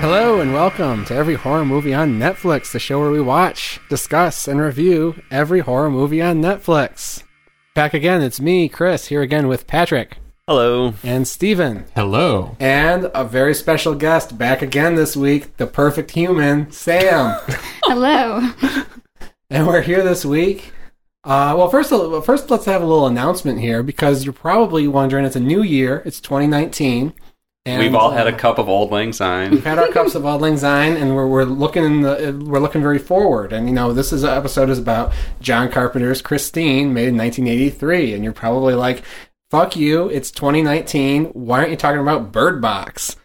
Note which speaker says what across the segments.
Speaker 1: Hello and welcome to Every Horror Movie on Netflix, the show where we watch, discuss, and review every horror movie on Netflix. Back again, it's me, Chris, here again with Patrick
Speaker 2: Hello.
Speaker 1: and Steven.
Speaker 3: Hello.
Speaker 1: And a very special guest back again this week, the perfect human, Sam.
Speaker 4: Hello.
Speaker 1: and we're here this week. Uh, well, first, of all- well, first, let's have a little announcement here because you're probably wondering it's a new year, it's 2019. And
Speaker 2: We've all had a cup of old lang syne.
Speaker 1: We've had our cups of Auld Lang Syne, and we're, we're looking in the we're looking very forward. And you know, this is uh, episode is about John Carpenter's Christine, made in 1983. And you're probably like, "Fuck you! It's 2019. Why aren't you talking about Bird Box?"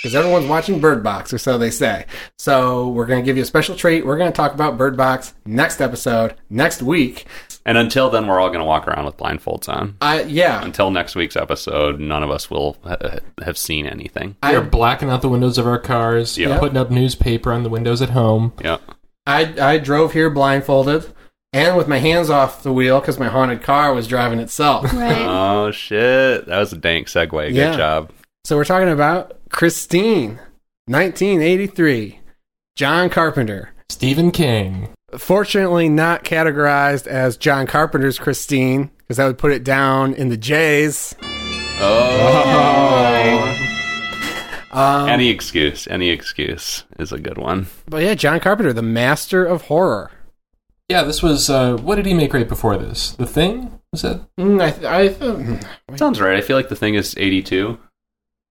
Speaker 1: Because everyone's watching Bird Box, or so they say. So we're gonna give you a special treat. We're gonna talk about Bird Box next episode next week.
Speaker 2: And until then, we're all going to walk around with blindfolds on.
Speaker 1: I yeah,
Speaker 2: Until next week's episode, none of us will uh, have seen anything.
Speaker 3: We are
Speaker 1: I
Speaker 3: blacking out the windows of our cars,
Speaker 2: Yeah.
Speaker 3: putting up newspaper on the windows at home.
Speaker 2: Yeah.
Speaker 1: I, I drove here blindfolded and with my hands off the wheel because my haunted car was driving itself.
Speaker 4: Right.
Speaker 2: Oh, shit. That was a dank segue. Good
Speaker 1: Yeah.
Speaker 2: job.
Speaker 1: So we're talking about Christine, 1983, John Carpenter.
Speaker 3: Stephen King.
Speaker 1: Fortunately, not categorized as John Carpenter's Christine, because that would put it down in the J's.
Speaker 2: Oh.
Speaker 1: Um,
Speaker 2: Any excuse. Any excuse is a good one.
Speaker 1: but yeah, John Carpenter, the master of horror.
Speaker 3: Yeah, this was. Uh, what did he make right before this? The Thing? Was that?
Speaker 1: Mm, I, th- I th-
Speaker 2: Sounds right. I feel like the thing is 82.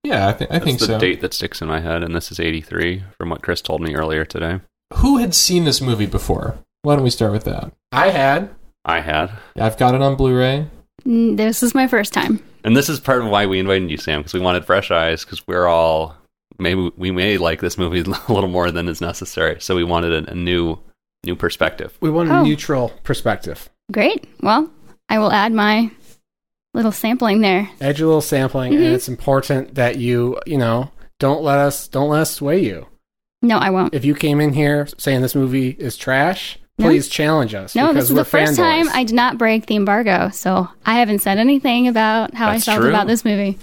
Speaker 3: Yeah, I, thi- I
Speaker 2: That's
Speaker 3: think
Speaker 2: the
Speaker 3: so.
Speaker 2: date that sticks in my head, and this is 83 from what Chris told me earlier today.
Speaker 3: Who had seen this movie before? Why don't we start with that?
Speaker 1: I had.
Speaker 2: I had.
Speaker 3: I've got it on Blu-ray.
Speaker 4: Mm, this is my first time.
Speaker 2: And this is part of why we invited you, Sam, because we wanted fresh eyes, because we're all maybe we may like this movie a little more than is necessary. So we wanted a, a new new perspective.
Speaker 1: We wanted a
Speaker 4: Oh.
Speaker 1: neutral perspective.
Speaker 4: Great. Well, I will add my little sampling there.
Speaker 1: Add your little sampling, and
Speaker 4: Mhm.
Speaker 1: it's important that you, you know, don't let us, don't let us sway you.
Speaker 4: No, I won't.
Speaker 1: If you came in here saying this movie is trash,
Speaker 4: No.
Speaker 1: please challenge us.
Speaker 4: No,
Speaker 1: because
Speaker 4: this is
Speaker 1: we're
Speaker 4: the first
Speaker 1: fanboys.
Speaker 4: time I did not break the embargo, so I haven't said anything about how
Speaker 2: That's
Speaker 4: I felt
Speaker 2: true.
Speaker 4: about this movie.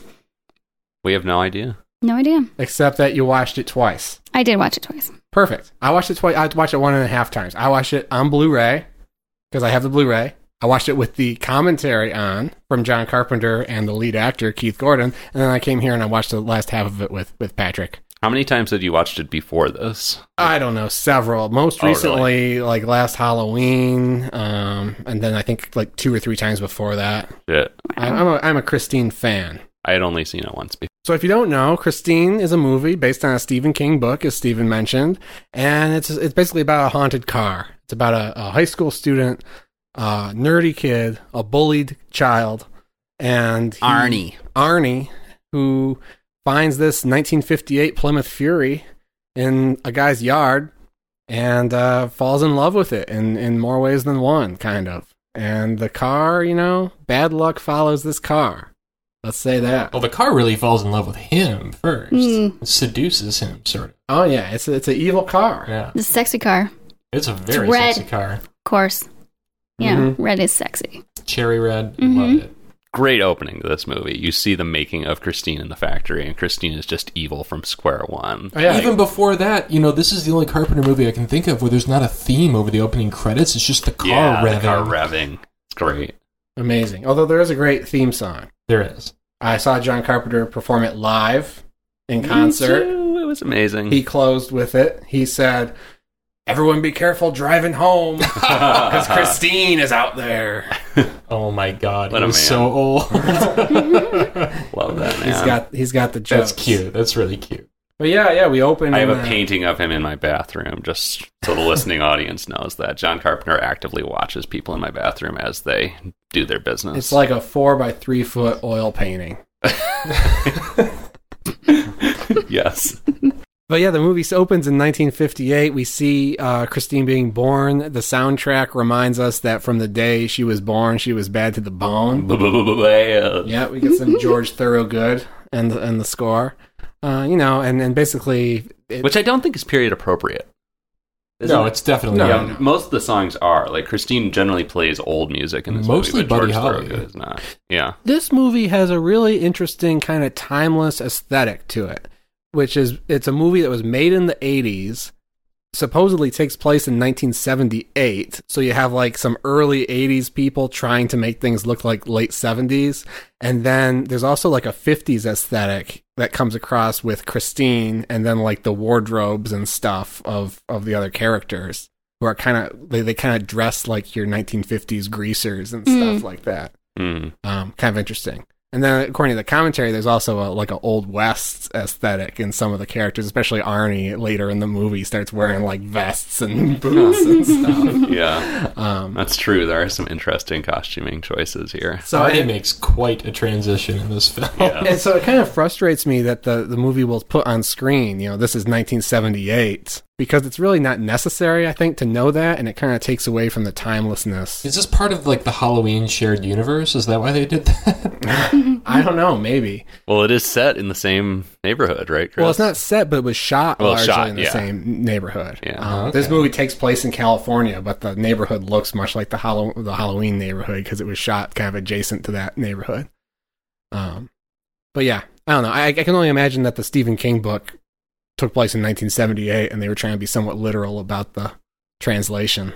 Speaker 2: We have no idea.
Speaker 4: No idea.
Speaker 1: except that you watched it twice.
Speaker 4: I did watch it twice.
Speaker 1: Perfect. I watched it twice. I watched it one and a half times. I watched it on Blu-ray because I have the Blu-ray. I watched it with the commentary on from John Carpenter and the lead actor Keith Gordon, and then I came here and I watched the last half of it with with Patrick.
Speaker 2: How many times had you watched it before this?
Speaker 1: I don't know, several. Most
Speaker 2: Oh, really?
Speaker 1: recently, like last Halloween, um, and then I think like two or three times before that.
Speaker 2: Shit.
Speaker 1: I, I'm a, I'm a Christine fan.
Speaker 2: I had only seen it once before.
Speaker 1: So, if you don't know, Christine is a movie based on a Stephen King book, as Stephen mentioned, and it's it's basically about a haunted car. It's about a, a high school student, a nerdy kid, a bullied child, and he- Arnie, who finds this 1958 Plymouth Fury in a guy's yard and uh, falls in love with it in, in more ways than one, kind of. And the car, you know, bad luck follows this car. Let's say that.
Speaker 3: Well, the car really falls in love with him first.
Speaker 2: Hmm.
Speaker 4: Mm.
Speaker 3: It seduces him, sort of.
Speaker 1: Oh yeah, it's a, it's an evil car.
Speaker 3: Yeah.
Speaker 4: The sexy car,
Speaker 3: It's a very
Speaker 4: red.
Speaker 3: sexy car.
Speaker 4: of course. Yeah,
Speaker 2: Mm-hmm.
Speaker 1: Mhm.
Speaker 4: red is sexy.
Speaker 3: Cherry red.
Speaker 4: Mhm.
Speaker 3: Love it.
Speaker 2: Great opening to this movie. You see the making of Christine in the factory, and Christine is just evil from square one.
Speaker 1: Oh yeah,
Speaker 3: Even before that, you know, this is the only Carpenter movie I can think of where there's not a theme over the opening credits. It's just the car
Speaker 2: yeah,
Speaker 3: revving.
Speaker 2: the car revving. It's great.
Speaker 1: amazing. Although there is a great theme song.
Speaker 3: there is.
Speaker 1: I saw John Carpenter perform it live in concert.
Speaker 2: Ooh, It was amazing.
Speaker 1: He closed with it. He said, "Everyone, be careful driving home because Christine is out there."
Speaker 3: Oh my god,
Speaker 2: What
Speaker 3: it
Speaker 2: a
Speaker 3: was
Speaker 2: man.
Speaker 3: so old.
Speaker 2: Love that man.
Speaker 1: He's got he's got the jokes.
Speaker 3: That's cute. That's really cute.
Speaker 1: But yeah, yeah, we opened.
Speaker 2: I have
Speaker 1: in,
Speaker 2: a
Speaker 1: uh,
Speaker 2: painting of him in my bathroom, just so the listening audience knows that John Carpenter actively watches people in my bathroom as they do their business.
Speaker 1: It's like a four by three foot oil painting.
Speaker 2: yes,
Speaker 1: But But yeah, the movie s- opens in 1958. We see uh, Christine being born. The soundtrack reminds us that from the day she was born, she was bad to the bone.
Speaker 2: Yeah.
Speaker 1: Yeah, we get some George Thorogood and and the score. Uh, you know, and, and basically, it,
Speaker 2: Which I don't think is period appropriate. Isn't
Speaker 3: no,
Speaker 2: it?
Speaker 3: it's definitely
Speaker 1: No,
Speaker 2: yeah,
Speaker 1: no.
Speaker 2: most of the songs are like Christine generally plays old music in this
Speaker 3: Mostly
Speaker 2: movie, but
Speaker 3: Buddy
Speaker 2: George
Speaker 3: Holly.
Speaker 2: Thorogood is not. Yeah,
Speaker 1: this movie has a really interesting kind of timeless aesthetic to it, which is it's a movie that was made in the 80s, supposedly takes place in 1978. So you have like some early 80s people trying to make things look like late 70s. And then there's also like a 50s aesthetic that comes across with Christine and then like the wardrobes and stuff of, of the other characters. Who are kind of they, they kind of dress like your 1950s greasers and stuff
Speaker 4: Mm.
Speaker 1: like that
Speaker 2: Mm.
Speaker 1: um, kind of interesting. And then, according to the commentary, there's also a, like an old west aesthetic in some of the characters, especially Arnie. Later in the movie, starts wearing like vests and boots and stuff.
Speaker 2: yeah,
Speaker 1: Um,
Speaker 2: that's true. There are some interesting costuming choices here.
Speaker 1: so,
Speaker 3: Arnie
Speaker 1: and,
Speaker 3: makes quite a transition in this film.
Speaker 1: and so it kind of frustrates me that the the movie will put on screen. You know, this is 1978 because it's really not necessary, I think, to know that, and it kind of takes away from the timelessness.
Speaker 3: Is this part of like the Halloween shared universe? Is that why they did that?
Speaker 1: I don't know, maybe.
Speaker 2: Well, it is set in the same neighborhood, right? Chris?
Speaker 1: Well, it's not set, but it was shot
Speaker 2: Well,
Speaker 1: largely
Speaker 2: shot,
Speaker 1: in the
Speaker 2: yeah.
Speaker 1: same neighborhood.
Speaker 2: Yeah.
Speaker 1: Um,
Speaker 3: Oh,
Speaker 1: This
Speaker 3: okay.
Speaker 1: movie takes place in California, but the neighborhood looks much like the, Hallow- the Halloween neighborhood because it was shot kind of adjacent to that neighborhood. Um, but yeah, I don't know. I, I can only imagine that the Stephen King book took place in 1978, and they were trying to be somewhat literal about the translation.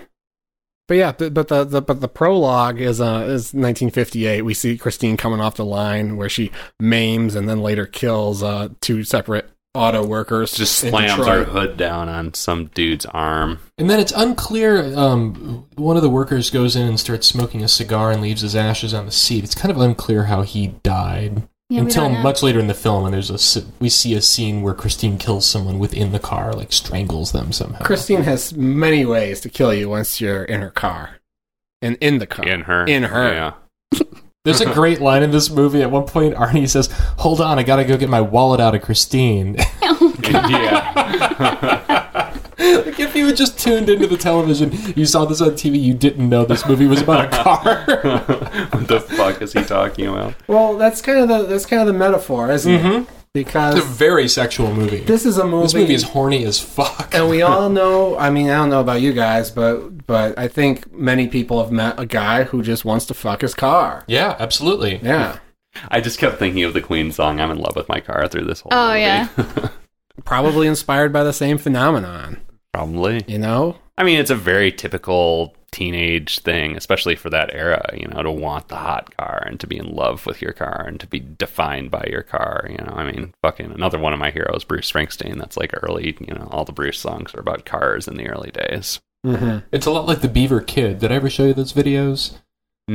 Speaker 1: But yeah, but, but the, the but the prologue is uh is 1958. We see Christine coming off the line where she maims and then later kills uh two separate auto workers.
Speaker 2: just
Speaker 1: in
Speaker 2: slams her
Speaker 1: Detroit.
Speaker 2: hood down on some dude's arm.
Speaker 3: and then it's unclear. Um, one of the workers goes in and starts smoking a cigar and leaves his ashes on the seat. It's kind of unclear how he died
Speaker 4: Yeah, we
Speaker 3: until
Speaker 4: don't know.
Speaker 3: much later in the film. And there's a s- we see a scene where Christine kills someone within the car, like strangles them somehow.
Speaker 1: Christine has many ways to kill you once you're in her car, and in the car,
Speaker 2: In her.
Speaker 1: in her.
Speaker 2: Yeah.
Speaker 3: There's a great line in this movie. At one point, Arnie says, "Hold on, I gotta go get my wallet out of Christine."
Speaker 4: Oh, God.
Speaker 3: like if you had just tuned into the television, you saw this on TV, you didn't know this movie was about a car.
Speaker 2: what the fuck is he talking about?
Speaker 1: Well, that's kind of the that's kind of the metaphor, isn't it?
Speaker 3: Mm-hmm. it's a
Speaker 1: Because
Speaker 3: very sexual movie.
Speaker 1: this is a movie.
Speaker 3: This movie is horny as fuck.
Speaker 1: and we all know i mean i don't know about you guys but but i think many people have met a guy who just wants to fuck his car
Speaker 3: yeah, absolutely.
Speaker 1: yeah
Speaker 2: I just kept thinking of the Queen song "I'm in Love with My Car" through this whole.
Speaker 4: Oh,
Speaker 2: movie.
Speaker 4: yeah.
Speaker 1: probably inspired by the same phenomenon
Speaker 2: Probably.
Speaker 1: you know
Speaker 2: I mean, it's a very typical teenage thing, especially for that era. You know, to want the hot car and to be in love with your car and to be defined by your car. You know, I mean, fucking another one of my heroes, Bruce Springsteen. That's like early. You know, all the Bruce songs are about cars in the early days.
Speaker 1: mm-hmm.
Speaker 3: It's a lot like the Beaver Kid. Did I ever show you those videos of the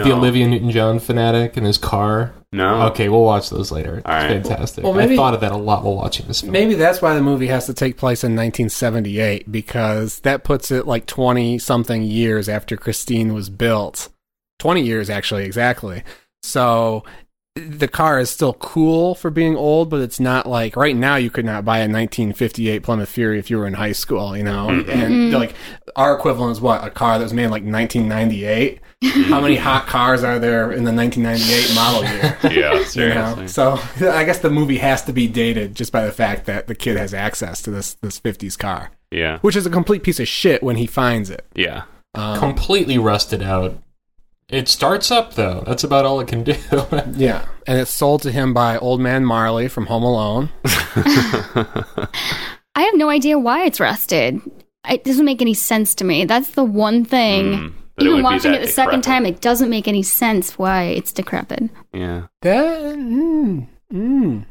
Speaker 2: No.
Speaker 3: Olivia Newton-John fanatic and his car?
Speaker 2: No.
Speaker 3: Okay, we'll watch those later. It's
Speaker 2: All right.
Speaker 3: fantastic.
Speaker 1: Well, maybe-
Speaker 3: I thought of that a lot while watching this film.
Speaker 1: maybe that's why the movie has to take place in 1978 because that puts it like 20 something years after christine was built 20 years actually exactly so the car is still cool for being old, but it's not like right now you could not buy a 1958 Plymouth Fury if you were in high school, you know? And
Speaker 4: Mhm.
Speaker 1: like our equivalent is what? A car that was made in like 1998? How many hot cars are there in the 1998 model year?
Speaker 2: Yeah.
Speaker 1: You know?
Speaker 2: Seriously.
Speaker 1: So I guess the movie has to be dated just by the fact that the kid has access to this, this 50s car,
Speaker 2: Yeah.
Speaker 1: which is a complete piece of shit when he finds it.
Speaker 2: Yeah.
Speaker 1: Um,
Speaker 3: Uh-huh. completely rusted out. It starts up though. That's about all it can do.
Speaker 1: yeah. And it's sold to him by Old Man Marley from Home Alone.
Speaker 4: I have no idea why it's rusted. It doesn't make any sense to me. That's the one thing.
Speaker 2: Mm, that it would
Speaker 4: Even
Speaker 2: be
Speaker 4: watching
Speaker 2: that
Speaker 4: it the second
Speaker 2: decrepit.
Speaker 4: time, it doesn't make any sense why it's decrepit.
Speaker 2: Yeah.
Speaker 1: That mm, mm.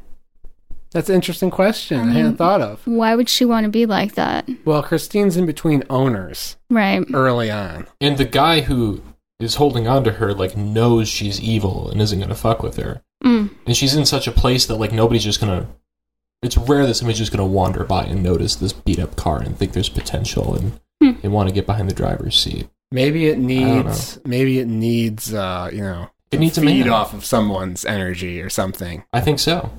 Speaker 1: that's an interesting question. I hadn't thought of.
Speaker 4: Why would she want to be like that?
Speaker 1: Well, Christine's in between owners
Speaker 4: Right.
Speaker 1: early on.
Speaker 3: and the guy who is holding on to her like knows she's evil and isn't gonna fuck with her.
Speaker 4: Mm.
Speaker 3: And she's in such a place that like nobody's just gonna. It's rare that somebody's just gonna wander by and notice this beat up car and think there's potential and
Speaker 4: Hmm.
Speaker 3: and want to get behind the driver's seat.
Speaker 1: Maybe it
Speaker 3: don't
Speaker 1: needs maybe it needs uh, you know
Speaker 3: It needs a
Speaker 1: feed
Speaker 3: man.
Speaker 1: off of someone's energy or something.
Speaker 3: I think so.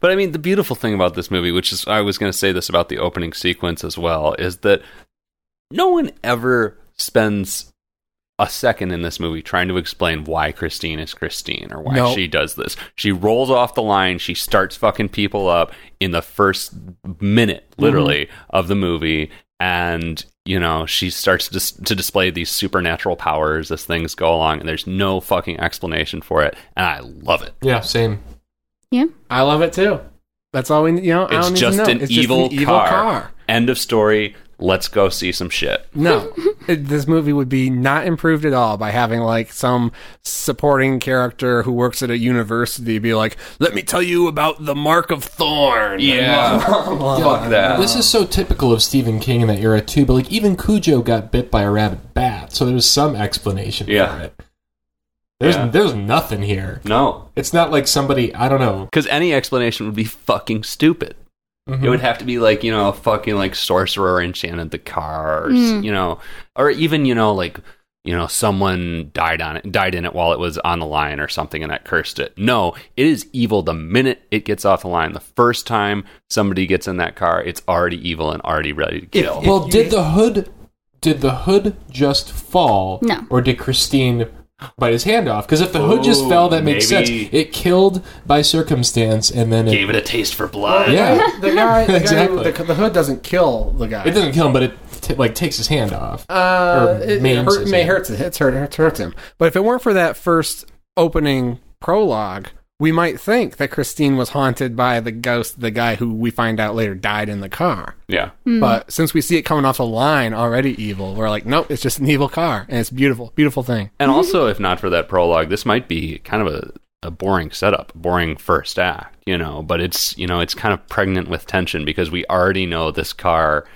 Speaker 2: But I mean, the beautiful thing about this movie, which is I was going to say this about the opening sequence as well, is that no one ever spends a second in this movie trying to explain why Christine is Christine or why
Speaker 1: No.
Speaker 2: she does this. She rolls off the line, she starts fucking people up in the first minute literally of the movie and you know, she starts to, dis- to display these supernatural powers as things go along, and there's no fucking explanation for it. And I love it.
Speaker 3: Yeah, same.
Speaker 1: I love it too. That's all we need. You know, I
Speaker 2: It's
Speaker 1: don't
Speaker 2: just,
Speaker 1: need to know.
Speaker 2: an,
Speaker 1: it's
Speaker 2: evil
Speaker 1: just an evil
Speaker 2: car.
Speaker 1: car.
Speaker 2: End of story. Let's go see some shit.
Speaker 1: No, it, this movie would be not improved at all by having like some supporting character who works at a university be like, "Let me tell you about the Mark of Thorn."
Speaker 2: Fuck that.
Speaker 3: This is so typical of Stephen King in that era too. But like even Cujo got bit by a rabbit bat, so there's some explanation
Speaker 2: Yeah.
Speaker 3: for it. There's
Speaker 2: Yeah.
Speaker 3: there's nothing here.
Speaker 2: no.
Speaker 3: It's not like somebody I don't know.
Speaker 2: Because any explanation would be fucking stupid.
Speaker 3: Mhm.
Speaker 2: It
Speaker 1: Hmm.
Speaker 2: would have to be like, you know, a fucking like sorcerer enchanted the car, or, s-
Speaker 1: Hmm.
Speaker 4: Mm.
Speaker 2: you know, or even, you know, like, you know, someone died on it, died in it while it was on the line or something and that cursed it. No, it is evil the minute it gets off the line. The first time somebody gets in that car, it's already evil and already ready to kill.
Speaker 3: Mm-hmm. well, did the hood did the hood just fall?
Speaker 4: No.
Speaker 3: Or did Christine bite his hand off? Because if the hood just
Speaker 2: Oh,
Speaker 3: fell, that makes
Speaker 2: maybe.
Speaker 3: sense. It killed by circumstance, and then
Speaker 2: Gave
Speaker 3: it,
Speaker 2: it a taste for blood.
Speaker 3: yeah,
Speaker 1: The guy, the,
Speaker 3: Exactly.
Speaker 1: guy the, the hood doesn't kill the guy.
Speaker 3: it doesn't kill him, but it t- like takes his hand off.
Speaker 1: Uh,
Speaker 3: Or
Speaker 1: it, it
Speaker 3: maims
Speaker 1: hurt,
Speaker 3: his
Speaker 1: may
Speaker 3: hand.
Speaker 1: hurts it. It's hurt, hurts, hurts him. But if it weren't for that first opening prologue, we might think that Christine was haunted by the ghost, the guy who we find out later died in the car.
Speaker 2: Yeah.
Speaker 1: But since we see it coming off the line already evil, we're like, nope, it's just an evil car, and it's beautiful, beautiful thing.
Speaker 2: And also, if not for that prologue, this might be kind of a, a boring setup, boring first act, you know. But it's you know it's kind of pregnant with tension because we already know this car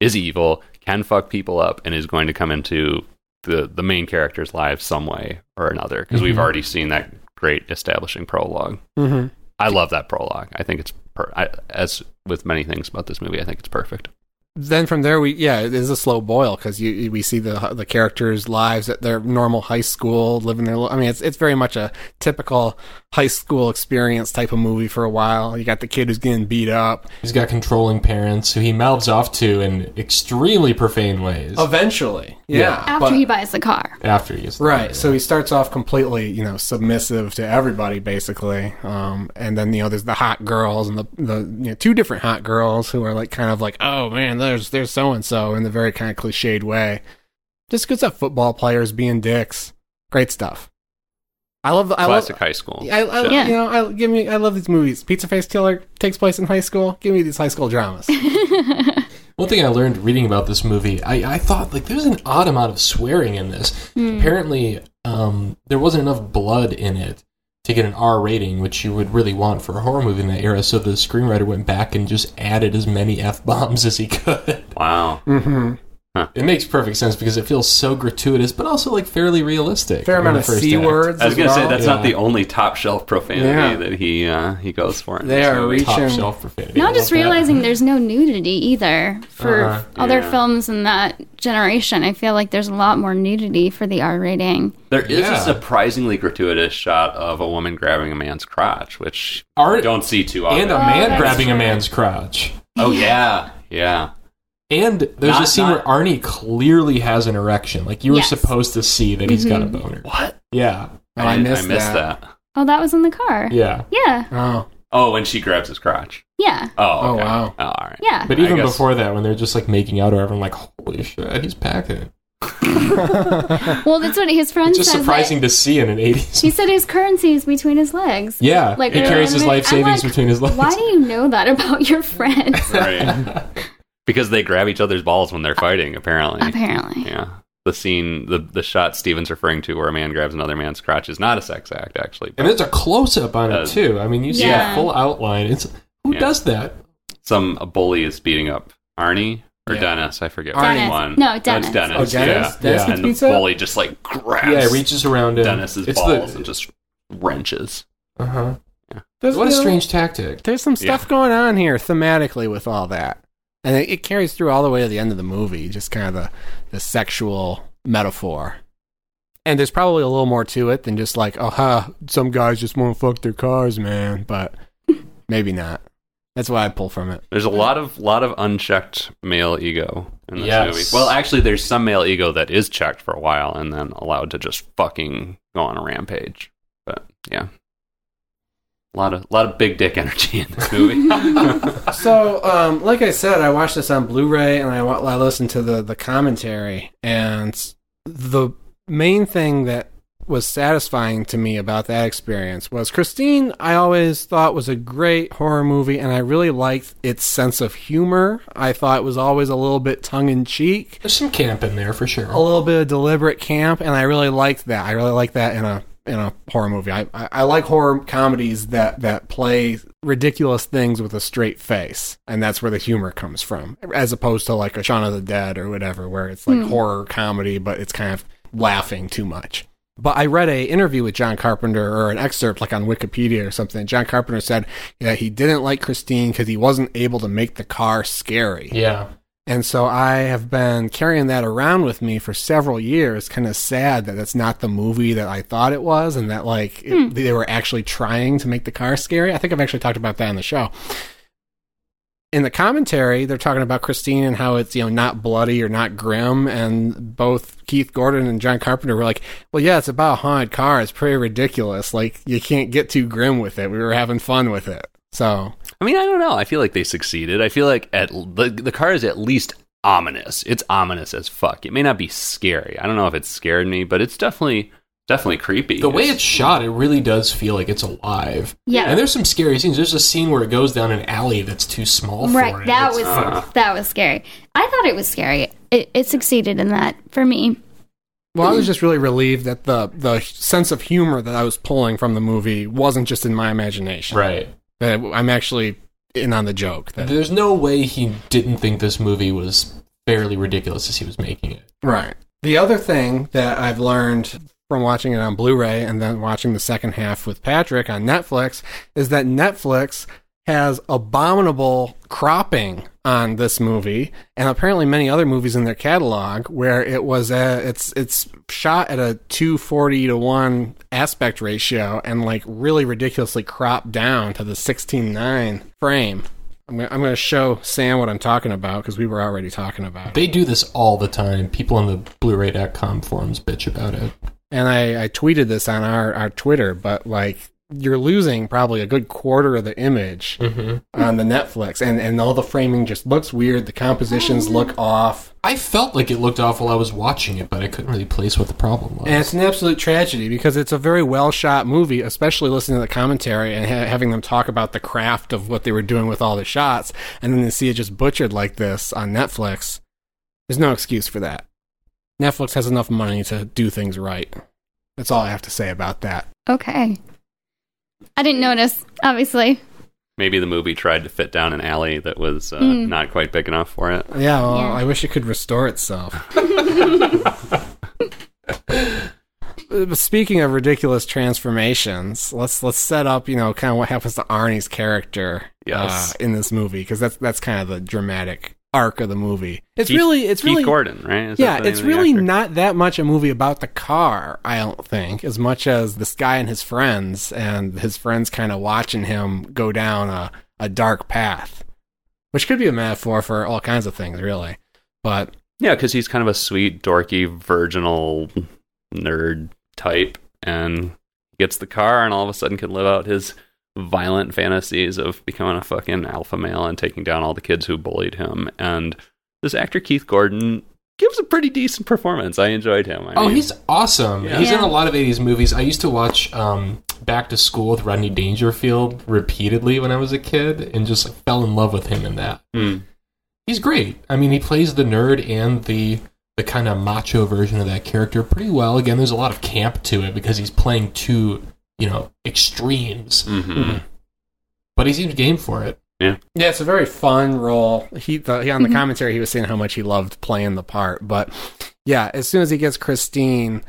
Speaker 2: is evil, can fuck people up, and is going to come into the the main character's lives some way or another because we've
Speaker 3: Mhm.
Speaker 2: already seen that great establishing prologue.
Speaker 1: Mm-hmm.
Speaker 2: I love that prologue. I think it's per- I, as with many things about this movie, I think it's perfect.
Speaker 1: then from there we yeah it is a slow boil because you you- we see the the characters lives at their normal high school living their li- I mean it's it's very much a typical high school experience type of movie for a while you got the kid who's getting beat up
Speaker 3: He's got controlling parents who he mouths off to in extremely profane ways.
Speaker 1: eventually yeah,
Speaker 3: Yeah.
Speaker 4: After
Speaker 1: but-
Speaker 4: he buys the car.
Speaker 3: after he gets
Speaker 1: right so he starts off completely you know submissive to everybody basically um and then you know there's the hot girls and the the you know two different hot girls who are like kind of like oh man there's there's so and so in the very kind of cliched way just good stuff football players being dicks great stuff i love the i
Speaker 2: Classic
Speaker 1: love
Speaker 2: high school.
Speaker 1: I, I,
Speaker 2: shit.
Speaker 4: Yeah.
Speaker 1: you know, I give me. I love these movies. Pizza Face Killer takes place in high school. Give me these high school dramas.
Speaker 3: One thing I learned reading about this movie, I, I thought like there's an odd amount of swearing in this.
Speaker 4: Hmm.
Speaker 3: Apparently, um, there wasn't enough blood in it to get an R rating, which you would really want for a horror movie in that era. So the screenwriter went back and just added as many f bombs as he could.
Speaker 2: Wow.
Speaker 1: mm-hmm.
Speaker 3: It makes perfect sense because it feels so gratuitous, but also like fairly realistic.
Speaker 1: Fair
Speaker 3: in
Speaker 1: amount
Speaker 3: the
Speaker 1: of
Speaker 3: first
Speaker 1: c
Speaker 3: act.
Speaker 1: words.
Speaker 2: I was
Speaker 1: as
Speaker 2: gonna say
Speaker 1: well.
Speaker 2: that's
Speaker 3: Yeah.
Speaker 2: not the only top shelf profanity
Speaker 1: Yeah.
Speaker 2: that he uh, he goes for. in
Speaker 1: They
Speaker 2: this
Speaker 1: are
Speaker 2: movie.
Speaker 1: reaching-
Speaker 3: Top shelf profanity.
Speaker 4: now
Speaker 3: I
Speaker 4: I'm just
Speaker 3: love that.
Speaker 4: realizing there's no nudity either for
Speaker 3: Uh-huh,
Speaker 4: other
Speaker 2: yeah.
Speaker 4: films in that generation. I feel like there's a lot more nudity for the R rating.
Speaker 2: There is
Speaker 3: Yeah.
Speaker 2: a surprisingly gratuitous shot of a woman grabbing a man's crotch, which
Speaker 3: Art-
Speaker 2: you don't see too often.
Speaker 3: and a
Speaker 4: Oh,
Speaker 3: man
Speaker 4: that's
Speaker 3: grabbing a
Speaker 4: true.
Speaker 3: man's crotch.
Speaker 2: oh yeah, yeah.
Speaker 3: And there's
Speaker 2: Not-
Speaker 3: a scene
Speaker 2: not-
Speaker 3: where Arnie clearly has an erection. Like you were
Speaker 4: Yes. Mm-hmm.
Speaker 3: supposed to see that he's got a boner.
Speaker 2: What?
Speaker 3: Yeah,
Speaker 1: Oh, I,
Speaker 2: didn't-
Speaker 1: missed, that.
Speaker 2: that.
Speaker 4: Oh, that was in the car.
Speaker 3: yeah.
Speaker 4: Yeah.
Speaker 1: Oh,
Speaker 2: Oh, when she grabs his crotch.
Speaker 4: Yeah.
Speaker 2: Oh,
Speaker 1: Oh,
Speaker 2: okay.
Speaker 1: wow.
Speaker 2: Oh, all right.
Speaker 4: Yeah.
Speaker 3: But
Speaker 2: I
Speaker 3: even
Speaker 2: guess-
Speaker 3: before that, when they're just like making out or whatever, I'm like, holy shit, he's packing it.
Speaker 1: Oh.
Speaker 4: Well, that's what his friend
Speaker 3: It's just
Speaker 4: says.
Speaker 3: surprising to see in an
Speaker 4: that-
Speaker 3: 80s.
Speaker 4: he said his currency is between his legs.
Speaker 3: yeah,
Speaker 4: Like,
Speaker 3: he
Speaker 4: they're
Speaker 3: carries his
Speaker 4: animate-
Speaker 3: life
Speaker 4: I'm
Speaker 3: savings
Speaker 4: like,
Speaker 3: between his legs.
Speaker 4: Why do you know that about your friends?
Speaker 2: Right. because they grab each other's balls when they're fighting. Apparently.
Speaker 4: Apparently.
Speaker 2: Yeah. The scene, the the shot Steven's referring to, where a man grabs another man's crotch, is not a sex act, actually.
Speaker 3: and there's a close up on
Speaker 2: Uh,
Speaker 3: it too. I mean, you see
Speaker 4: Yeah.
Speaker 3: a full outline. It's who
Speaker 2: Yeah.
Speaker 3: does that?
Speaker 2: some a bully is beating up Arnie or
Speaker 1: Yeah.
Speaker 2: Dennis. I forget
Speaker 1: Arnie.
Speaker 2: which
Speaker 4: Dennis.
Speaker 2: one.
Speaker 4: No,
Speaker 2: it's
Speaker 4: Dennis.
Speaker 2: Dennis.
Speaker 1: Oh, Dennis?
Speaker 2: Yeah.
Speaker 1: Dennis
Speaker 3: Yeah.
Speaker 1: gets
Speaker 2: And the
Speaker 1: pizza?
Speaker 2: bully just like grabs
Speaker 3: Yeah, he reaches around him.
Speaker 2: Dennis's
Speaker 3: It's
Speaker 2: balls
Speaker 3: the-
Speaker 2: and just wrenches.
Speaker 3: uh-huh.
Speaker 1: There's-
Speaker 3: What a
Speaker 1: you know,
Speaker 3: strange tactic.
Speaker 1: There's some
Speaker 2: Yeah.
Speaker 1: stuff going on here thematically with all that, and it, it carries through all the way to the end of the movie. Just kind of the the sexual metaphor, and there's probably a little more to it than just like, oh, ha, some guys just want to fuck their cars, man. But Maybe not. That's what I pull from it.
Speaker 2: There's a lot of lot of unchecked male ego in this
Speaker 3: Yes.
Speaker 2: movie. Well, actually, there's some male ego that is checked for a while and then allowed to just fucking go on a rampage. But yeah, a lot of lot of big dick energy in this movie.
Speaker 1: So, um, like I said, I watched this on Blu-ray and I, wa- I listened to the the commentary, and the main thing that was satisfying to me about that experience was Christine. I always thought was a great horror movie, and I really liked its sense of humor. I thought it was always a little bit tongue in cheek,
Speaker 3: There's some camp in there for sure.
Speaker 2: Oh.
Speaker 1: a little bit of deliberate camp, and I really liked that. I really like that in a in a horror movie. I, I, I like horror comedies that that play ridiculous things with a straight face, and that's where the humor comes from, as opposed to like a Shaun of the Dead or whatever, where it's like horror comedy, but it's kind of laughing too much. But I read a interview with John Carpenter or an excerpt like on Wikipedia or something. John Carpenter said that he didn't like Christine because he wasn't able to make the car scary.
Speaker 3: Yeah.
Speaker 1: And so I have been carrying that around with me for several years. Kind of sad that that's not the movie that I thought it was, and that like it- they were actually trying to make the car scary. I think I've actually talked about that on the show. In the commentary, they're talking about Christine and how it's you know not bloody or not grim, and both Keith Gordon and John Carpenter were like, "Well, yeah, it's about a haunted car. It's pretty ridiculous. Like you can't get too grim with it. We were having fun with it." So
Speaker 2: I mean, I don't know. I feel like they succeeded. I feel like at the, the car is at least ominous. It's ominous as fuck. It may not be scary. I don't know if it scared me, but it's definitely definitely creepy.
Speaker 3: The way it's shot, it really does feel like it's alive.
Speaker 4: Yeah.
Speaker 3: And there's some scary scenes. There's a scene where it goes down an alley that's too small for
Speaker 4: Right.
Speaker 3: it.
Speaker 4: That
Speaker 3: It's-
Speaker 4: was that was scary. I thought it was scary. It, it succeeded in that for me.
Speaker 1: Well, I was just really relieved that the the sense of humor that I was pulling from the movie wasn't just in my imagination.
Speaker 3: right.
Speaker 1: That I'm actually in on the joke. That,
Speaker 3: There's no way he didn't think this movie was fairly ridiculous as he was making it.
Speaker 1: right. The other thing that I've learned from watching it on Blu-ray and then watching the second half with Patrick on Netflix is that Netflix has abominable cropping on this movie and apparently many other movies in their catalog where it was a, it's it's shot at a 240 to 1 aspect ratio and like really ridiculously cropped down to the 16:9 frame. I'm gonna, I'm going to show Sam what I'm talking about cuz we were already talking about it.
Speaker 3: They do this all the time. People on the Blu-ray.com forums bitch about it.
Speaker 1: and I, I tweeted this on our, our Twitter, but like you're losing probably a good quarter of the image
Speaker 3: Mm-hmm.
Speaker 1: on the Netflix, and, and all the framing just looks weird. The compositions look off,
Speaker 3: I felt like it looked off while I was watching it, but I couldn't really place what the problem was.
Speaker 1: and it's an absolute tragedy because it's a very well shot movie, especially listening to the commentary and ha- having them talk about the craft of what they were doing with all the shots, and then to see it just butchered like this on Netflix. There's no excuse for that. Netflix has enough money to do things right. That's all I have to say about that.
Speaker 4: Okay. I didn't notice, obviously.
Speaker 2: Maybe the movie tried to fit down an alley that was uh,
Speaker 4: Mm.
Speaker 2: not quite big enough for it.
Speaker 1: Yeah, well,
Speaker 4: Yeah.
Speaker 1: I wish it could restore itself. Uh, Speaking of ridiculous transformations, let's let's set up you know kind of what happens to Arnie's character uh,
Speaker 2: Yes.
Speaker 1: in this movie because that's that's kind of the dramatic arc of the movie. It's
Speaker 2: Keith-
Speaker 1: really it's
Speaker 2: Keith
Speaker 1: really
Speaker 2: Gordon, right? Is that
Speaker 1: yeah,
Speaker 2: the name
Speaker 1: it's
Speaker 2: of the
Speaker 1: really
Speaker 2: actor?
Speaker 1: not that much a movie about the car, I don't think, as much as this guy and his friends, and his friends kind of watching him go down a, a dark path, which could be a metaphor for all kinds of things, really. But
Speaker 2: Yeah, because he's kind of a sweet, dorky, virginal nerd type, and gets the car, and all of a sudden can live out his violent fantasies of becoming a fucking alpha male and taking down all the kids who bullied him. And this actor Keith Gordon gives a pretty decent performance. I enjoyed him. I
Speaker 3: oh,
Speaker 2: mean,
Speaker 3: he's awesome.
Speaker 2: Yeah.
Speaker 3: He's in
Speaker 4: Yeah.
Speaker 3: a lot of 80s movies. I used to watch um, Back to School with Rodney Dangerfield repeatedly when I was a kid and just like, fell in love with him in that.
Speaker 2: Hmm.
Speaker 3: He's great. I mean, he plays the nerd and the the kind of macho version of that character pretty well. Again, there's a lot of camp to it because he's playing two, you know, extremes. Mm-hmm.
Speaker 2: Mhm.
Speaker 3: But he seems game for it.
Speaker 1: Yeah, it's a very fun role. He, the, he on the
Speaker 4: Mhm.
Speaker 1: commentary, he was saying how much he loved playing the part. But yeah, as soon as he gets Christine,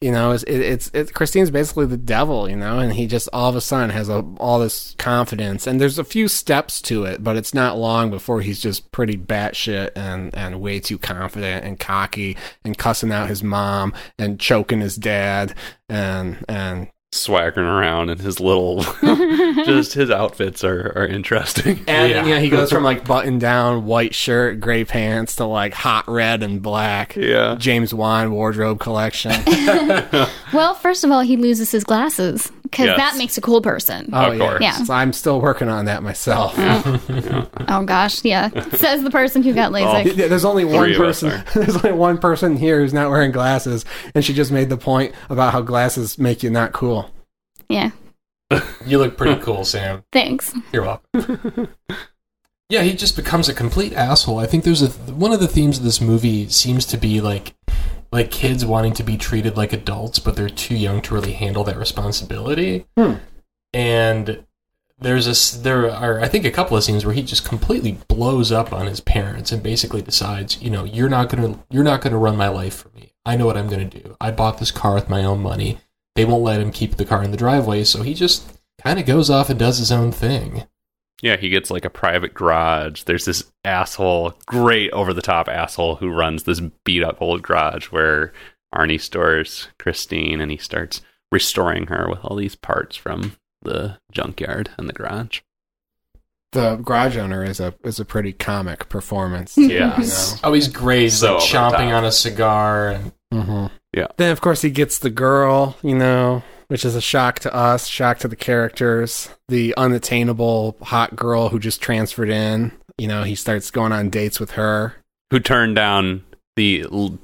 Speaker 1: you know, it's it, it's, it's Christine's basically the devil, you know, and he just all of a sudden has a, all this confidence. And there's a few steps to it, but it's not long before he's just pretty batshit and and way too confident and cocky and cussing out his mom and choking his dad and and
Speaker 2: swaggering around and his little just his outfits are, are interesting.
Speaker 1: And
Speaker 3: Yeah.
Speaker 1: yeah. he goes from like button down white shirt, gray pants to like hot red and black.
Speaker 2: Yeah.
Speaker 1: James Wan wardrobe collection.
Speaker 4: Well, first of all, he loses his glasses because
Speaker 2: Yes. Uh.
Speaker 4: that makes a cool person.
Speaker 1: Oh,
Speaker 2: Of course.
Speaker 4: Yeah.
Speaker 1: So I'm still working on that myself.
Speaker 4: oh gosh, yeah. Says the person who got
Speaker 2: Oh.
Speaker 4: LASIK.
Speaker 1: Yeah, there's only one
Speaker 2: of us
Speaker 1: person. There's only one person here who's not wearing glasses, and she just made the point about how glasses make you not cool.
Speaker 4: Yeah.
Speaker 3: You look pretty cool, Sam.
Speaker 4: Thanks.
Speaker 3: You're welcome. yeah, he just becomes a complete asshole. I think there's a one of the themes of this movie seems to be like like kids wanting to be treated like adults, but they're too young to really handle that responsibility.
Speaker 1: Hmm.
Speaker 3: And there's a s- there are I think a couple of scenes where he just completely blows up on his parents and basically decides, you know, you're not gonna you're not gonna run my life for me. I know what I'm gonna do. I bought this car with my own money. They won't let him keep the car in the driveway, so he just kind of goes off and does his own thing.
Speaker 2: Yeah, he gets like a private garage. There's this asshole, great over the top asshole who runs this beat up old garage where Arnie stores Christine and he starts restoring her with all these parts from the junkyard and the garage.
Speaker 1: The garage owner is a is a pretty comic performance.
Speaker 2: Yeah.
Speaker 1: You know?
Speaker 3: Oh, he's great. He's
Speaker 2: So
Speaker 3: like
Speaker 2: over the top.
Speaker 3: chomping on a cigar. And
Speaker 1: Mhm.
Speaker 2: Yeah.
Speaker 1: Then of course he gets the girl, you know, which is a shock to us, shock to the characters. The unattainable hot girl who just transferred in. You know, he starts going on dates with her.
Speaker 2: Who turned down the. l-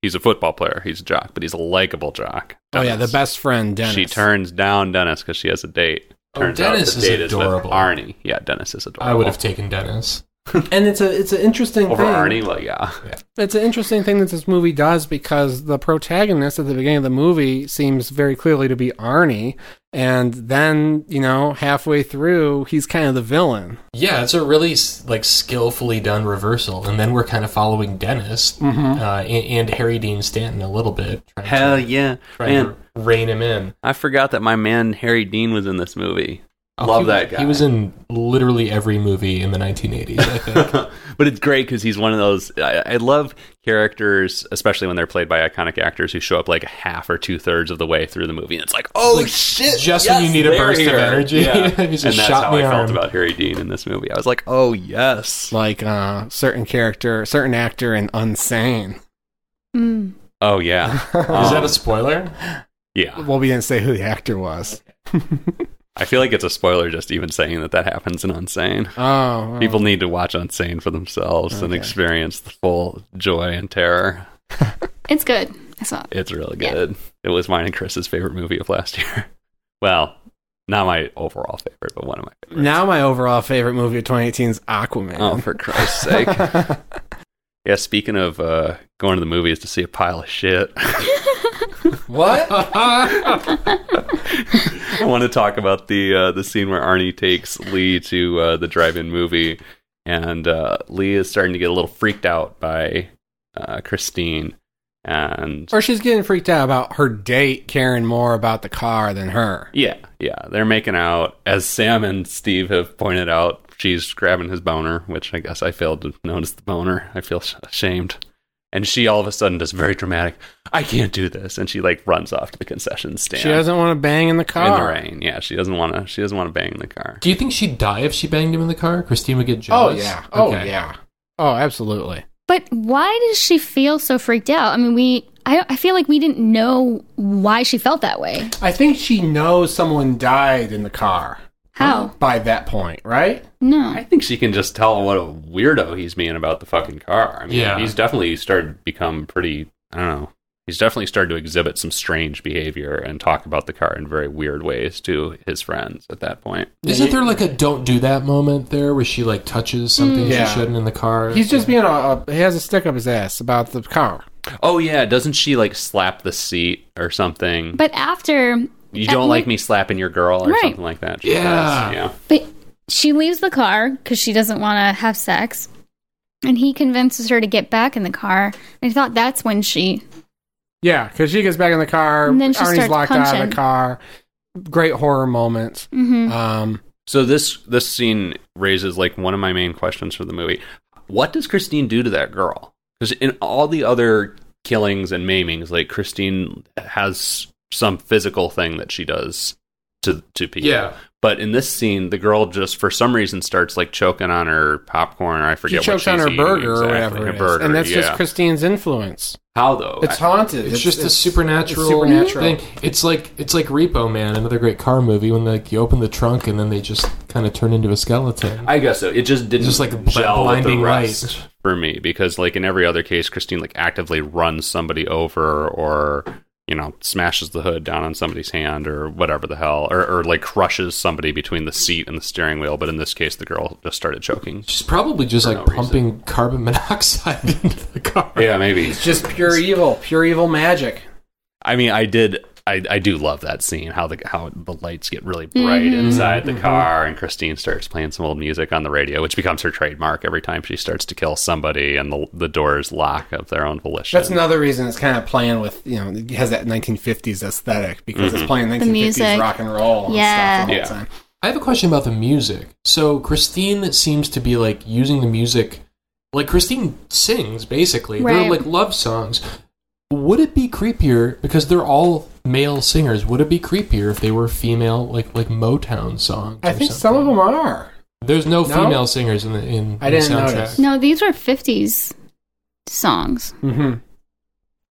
Speaker 2: He's a football player. He's a jock, but he's a likable jock.
Speaker 1: Oh yeah, the
Speaker 2: Dennis.
Speaker 1: best friend Dennis.
Speaker 2: She turns down Dennis because she has a date.
Speaker 3: Oh,
Speaker 2: Turns out
Speaker 3: Dennis
Speaker 2: the
Speaker 3: is
Speaker 2: date with
Speaker 3: adorable.
Speaker 2: Arnie. Yeah, Dennis is adorable.
Speaker 3: I would have taken Dennis.
Speaker 1: and it's a it's an interesting
Speaker 2: over
Speaker 1: thing.
Speaker 2: Arnie. Like, yeah,
Speaker 1: It's an interesting thing that this movie does because the protagonist at the beginning of the movie seems very clearly to be Arnie, and then you know halfway through he's kind of the villain.
Speaker 3: Yeah, it's a really s- like skillfully done reversal, and then we're kind of following Dennis
Speaker 1: Mm-hmm.
Speaker 3: uh, and, and Harry Dean Stanton a little bit, trying,
Speaker 2: hell
Speaker 3: to,
Speaker 2: yeah,
Speaker 3: trying
Speaker 2: man.
Speaker 3: to rein him in.
Speaker 2: I forgot that my man Harry Dean was in this movie.
Speaker 3: Oh,
Speaker 2: Love
Speaker 3: he-
Speaker 2: that guy.
Speaker 3: He was in literally every movie in the 1980s. I think.
Speaker 2: but it's great because he's one of those. I, I love characters, especially when they're played by iconic actors who show up like half or two thirds of the way through the movie, and it's like, oh
Speaker 3: Like,
Speaker 2: shit!
Speaker 3: just
Speaker 2: yes,
Speaker 3: when you need a
Speaker 2: they're
Speaker 3: burst of
Speaker 2: here.
Speaker 3: energy.
Speaker 2: Yeah.
Speaker 3: He
Speaker 2: and
Speaker 3: just
Speaker 2: that's
Speaker 3: shot
Speaker 2: how
Speaker 3: me
Speaker 2: I felt
Speaker 3: arm.
Speaker 2: about Harry Dean in this movie. I was like, oh yes.
Speaker 1: Like uh, certain character, certain actor in Unsane.
Speaker 4: Mm.
Speaker 2: Oh yeah,
Speaker 3: Is that
Speaker 2: Um,
Speaker 3: a spoiler?
Speaker 2: yeah.
Speaker 1: Well, we didn't say who the actor was.
Speaker 2: I feel like it's a spoiler just even saying that that happens in Unsane.
Speaker 1: Oh, oh.
Speaker 2: People need to watch Unsane for themselves and
Speaker 1: Okay.
Speaker 2: experience the full joy and terror.
Speaker 4: It's good. I saw it.
Speaker 2: It's really
Speaker 4: Yeah.
Speaker 2: good. It was mine and Chris's favorite movie of last year. Well, not my overall favorite, but one of my favorites.
Speaker 1: Now my overall favorite movie of 2018 is Aquaman.
Speaker 2: Oh, for Christ's sake. yeah, speaking of uh, going to the movies to see a pile of shit,
Speaker 3: What?
Speaker 2: I want to talk about the uh, the scene where Arnie takes Lee to uh, the drive-in movie, and uh, Lee is starting to get a little freaked out by uh, Christine, and
Speaker 1: or she's getting freaked out about her date caring more about the car than her.
Speaker 2: yeah, yeah, they're making out. As Sam and Steve have pointed out, she's grabbing his boner, which I guess I failed to notice the boner. I feel sh- ashamed. And she all of a sudden does very dramatic. I can't do this, and she like runs off to the concession stand.
Speaker 1: She doesn't want to bang in the car.
Speaker 2: in the rain. Yeah, she doesn't want to. She doesn't want to bang in the car.
Speaker 3: Do you think she'd die if she banged him in the car? Christine would get
Speaker 1: Oh
Speaker 3: jealous.
Speaker 1: yeah. Oh
Speaker 3: Okay.
Speaker 1: yeah. Oh, absolutely.
Speaker 4: But why does she feel so freaked out? I mean, we. I, I feel like we didn't know why she felt that way.
Speaker 1: I think she knows someone died in the car
Speaker 4: How?
Speaker 1: by that point, right?
Speaker 2: I
Speaker 4: No.
Speaker 2: think she can just tell what a weirdo he's being about the fucking car. I mean,
Speaker 3: Yeah.
Speaker 2: he's definitely started to become pretty. I don't know. He's definitely started to exhibit some strange behavior and talk about the car in very weird ways to his friends at that point.
Speaker 3: Isn't there like a don't do that moment there where she like touches something
Speaker 1: Mm. Yeah.
Speaker 3: she shouldn't in the car?
Speaker 1: He's just being a, a he has a stick up his ass about the car.
Speaker 2: Oh yeah, doesn't she like slap the seat or something?
Speaker 4: But after.
Speaker 2: you don't like me slapping your girl or
Speaker 4: Right.
Speaker 2: something like that. she
Speaker 3: Yeah.
Speaker 2: says. yeah.
Speaker 4: But she leaves the car because she doesn't want to have sex. And he convinces her to get back in the car. I thought that's when she.
Speaker 1: Yeah, because she gets back in the car.
Speaker 4: And then she
Speaker 1: Arnie's
Speaker 4: starts
Speaker 1: locked out of
Speaker 4: punching.
Speaker 1: the car. Great horror moments.
Speaker 4: Mhm.
Speaker 1: Um,
Speaker 2: So this this scene raises like one of my main questions for the movie. What does Christine do to that girl? Because in all the other killings and maimings, like Christine has some physical thing that she does to to people. But in this scene, the girl just for some reason starts like choking on her popcorn, or I
Speaker 1: She
Speaker 2: forget what
Speaker 1: chokes
Speaker 2: she's
Speaker 1: on her
Speaker 2: eating
Speaker 1: burger or
Speaker 2: exactly,
Speaker 1: whatever,
Speaker 2: her
Speaker 1: it is.
Speaker 2: burger,
Speaker 1: and that's
Speaker 2: yeah.
Speaker 1: just Christine's influence.
Speaker 2: how though.
Speaker 1: It's
Speaker 2: I-
Speaker 1: haunted.
Speaker 3: It's, just a
Speaker 1: it's-
Speaker 3: supernatural,
Speaker 1: it's supernatural.
Speaker 3: thing. It's like it's like Repo Man, another great car movie. When like you open the trunk and then they just kind of turn into a skeleton.
Speaker 2: I guess so. It just didn't
Speaker 3: Just like bl-
Speaker 2: gel with the
Speaker 3: blinding
Speaker 2: rest
Speaker 3: light.
Speaker 2: for me because, like in every other case, Christine like actively runs somebody over or you know smashes the hood down on somebody's hand or whatever the hell or, or like crushes somebody between the seat and the steering wheel. But in this case, the girl just started choking.
Speaker 3: She's probably just
Speaker 2: For
Speaker 3: like
Speaker 2: no
Speaker 3: pumping carbon monoxide into the car.
Speaker 2: Yeah, maybe.
Speaker 1: It's just pure evil, pure evil magic.
Speaker 2: I mean, I did. I, I do love that scene how the how the lights get really bright
Speaker 4: Mm-hmm.
Speaker 2: inside the car and Christine starts playing some old music on the radio which becomes her trademark every time she starts to kill somebody and the the doors lock of their own volition.
Speaker 1: That's another reason it's kind of playing with you know it has that 1950s aesthetic because it's playing 1950s
Speaker 4: music.
Speaker 1: rock and roll and
Speaker 4: Yeah.
Speaker 1: stuff the whole
Speaker 2: Yeah.
Speaker 1: time.
Speaker 3: I have a question about the music. So Christine seems to be like using the music, like Christine sings basically. They're
Speaker 4: Right.
Speaker 3: like love songs. Would it be creepier because they're all male singers? Would it be creepier if they were female, like like Motown songs?
Speaker 1: I
Speaker 3: or
Speaker 1: think some
Speaker 3: something?
Speaker 1: of them are.
Speaker 3: There's no,
Speaker 1: No?
Speaker 3: female singers in the in
Speaker 1: I
Speaker 3: the
Speaker 1: didn't
Speaker 3: soundtrack.
Speaker 1: notice.
Speaker 4: No, these were 50s songs.
Speaker 1: Mm-hmm.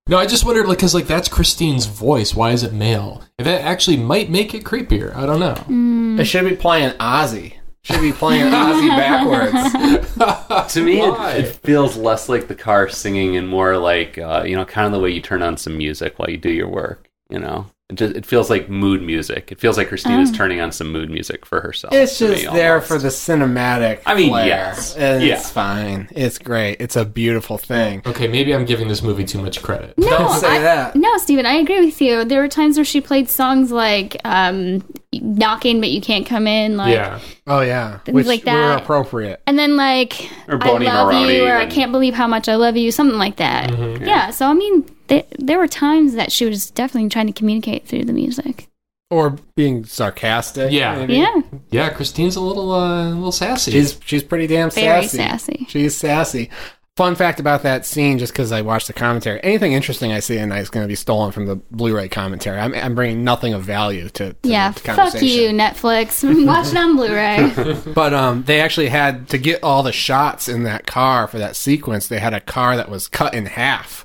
Speaker 3: No, I just wondered, like, because like that's Christine's voice. Why is it male? If that actually might make it creepier. I don't know.
Speaker 1: It should be playing Ozzy. Should be playing Ozzy backwards.
Speaker 2: to me
Speaker 3: Why?
Speaker 2: it, it feels less like the car singing and more like uh, you know kind of the way you turn on some music while you do your work you know it, just, it feels like mood music it feels like christine
Speaker 4: Mm.
Speaker 2: is turning on some mood music for herself
Speaker 1: It's
Speaker 2: to me,
Speaker 1: just there
Speaker 2: almost.
Speaker 1: for the cinematic.
Speaker 2: I mean,
Speaker 1: flair.
Speaker 2: yes.
Speaker 1: and
Speaker 2: Yeah.
Speaker 1: it's fine. It's great. It's a beautiful thing.
Speaker 3: okay, maybe I'm giving this movie too much credit.
Speaker 4: No,
Speaker 1: Don't say
Speaker 4: Oh, I,
Speaker 1: that.
Speaker 4: No, Steven, I agree with you. There were times where she played songs like um, "Knocking but You Can't Come In," like,
Speaker 3: Yeah,
Speaker 1: Oh yeah,
Speaker 4: Things
Speaker 1: which
Speaker 4: like
Speaker 1: were
Speaker 4: that.
Speaker 1: appropriate.
Speaker 4: and then like
Speaker 2: Or
Speaker 4: "I
Speaker 2: Boney
Speaker 4: Love
Speaker 2: Maroney
Speaker 4: You" or "I
Speaker 2: and-
Speaker 4: Can't Believe How Much I Love You," something like that. yeah. So I mean, th- there were times that she was definitely trying to communicate through the music.
Speaker 1: Or being sarcastic.
Speaker 3: Yeah.
Speaker 1: maybe.
Speaker 4: Yeah,
Speaker 3: yeah. Christine's a little, uh, a little sassy.
Speaker 1: She's she's pretty damn
Speaker 4: very
Speaker 1: sassy.
Speaker 4: sassy.
Speaker 1: She's sassy. Fun fact about that scene, just because I watched the commentary. Anything interesting I see tonight is going to be stolen from the Blu-ray commentary. I'm, I'm bringing nothing of value to, to
Speaker 4: Yeah,
Speaker 1: the
Speaker 4: fuck you, Netflix. Watch it on Blu-ray.
Speaker 1: But um, they actually had to get all the shots in that car for that sequence. They had a car that was cut in half,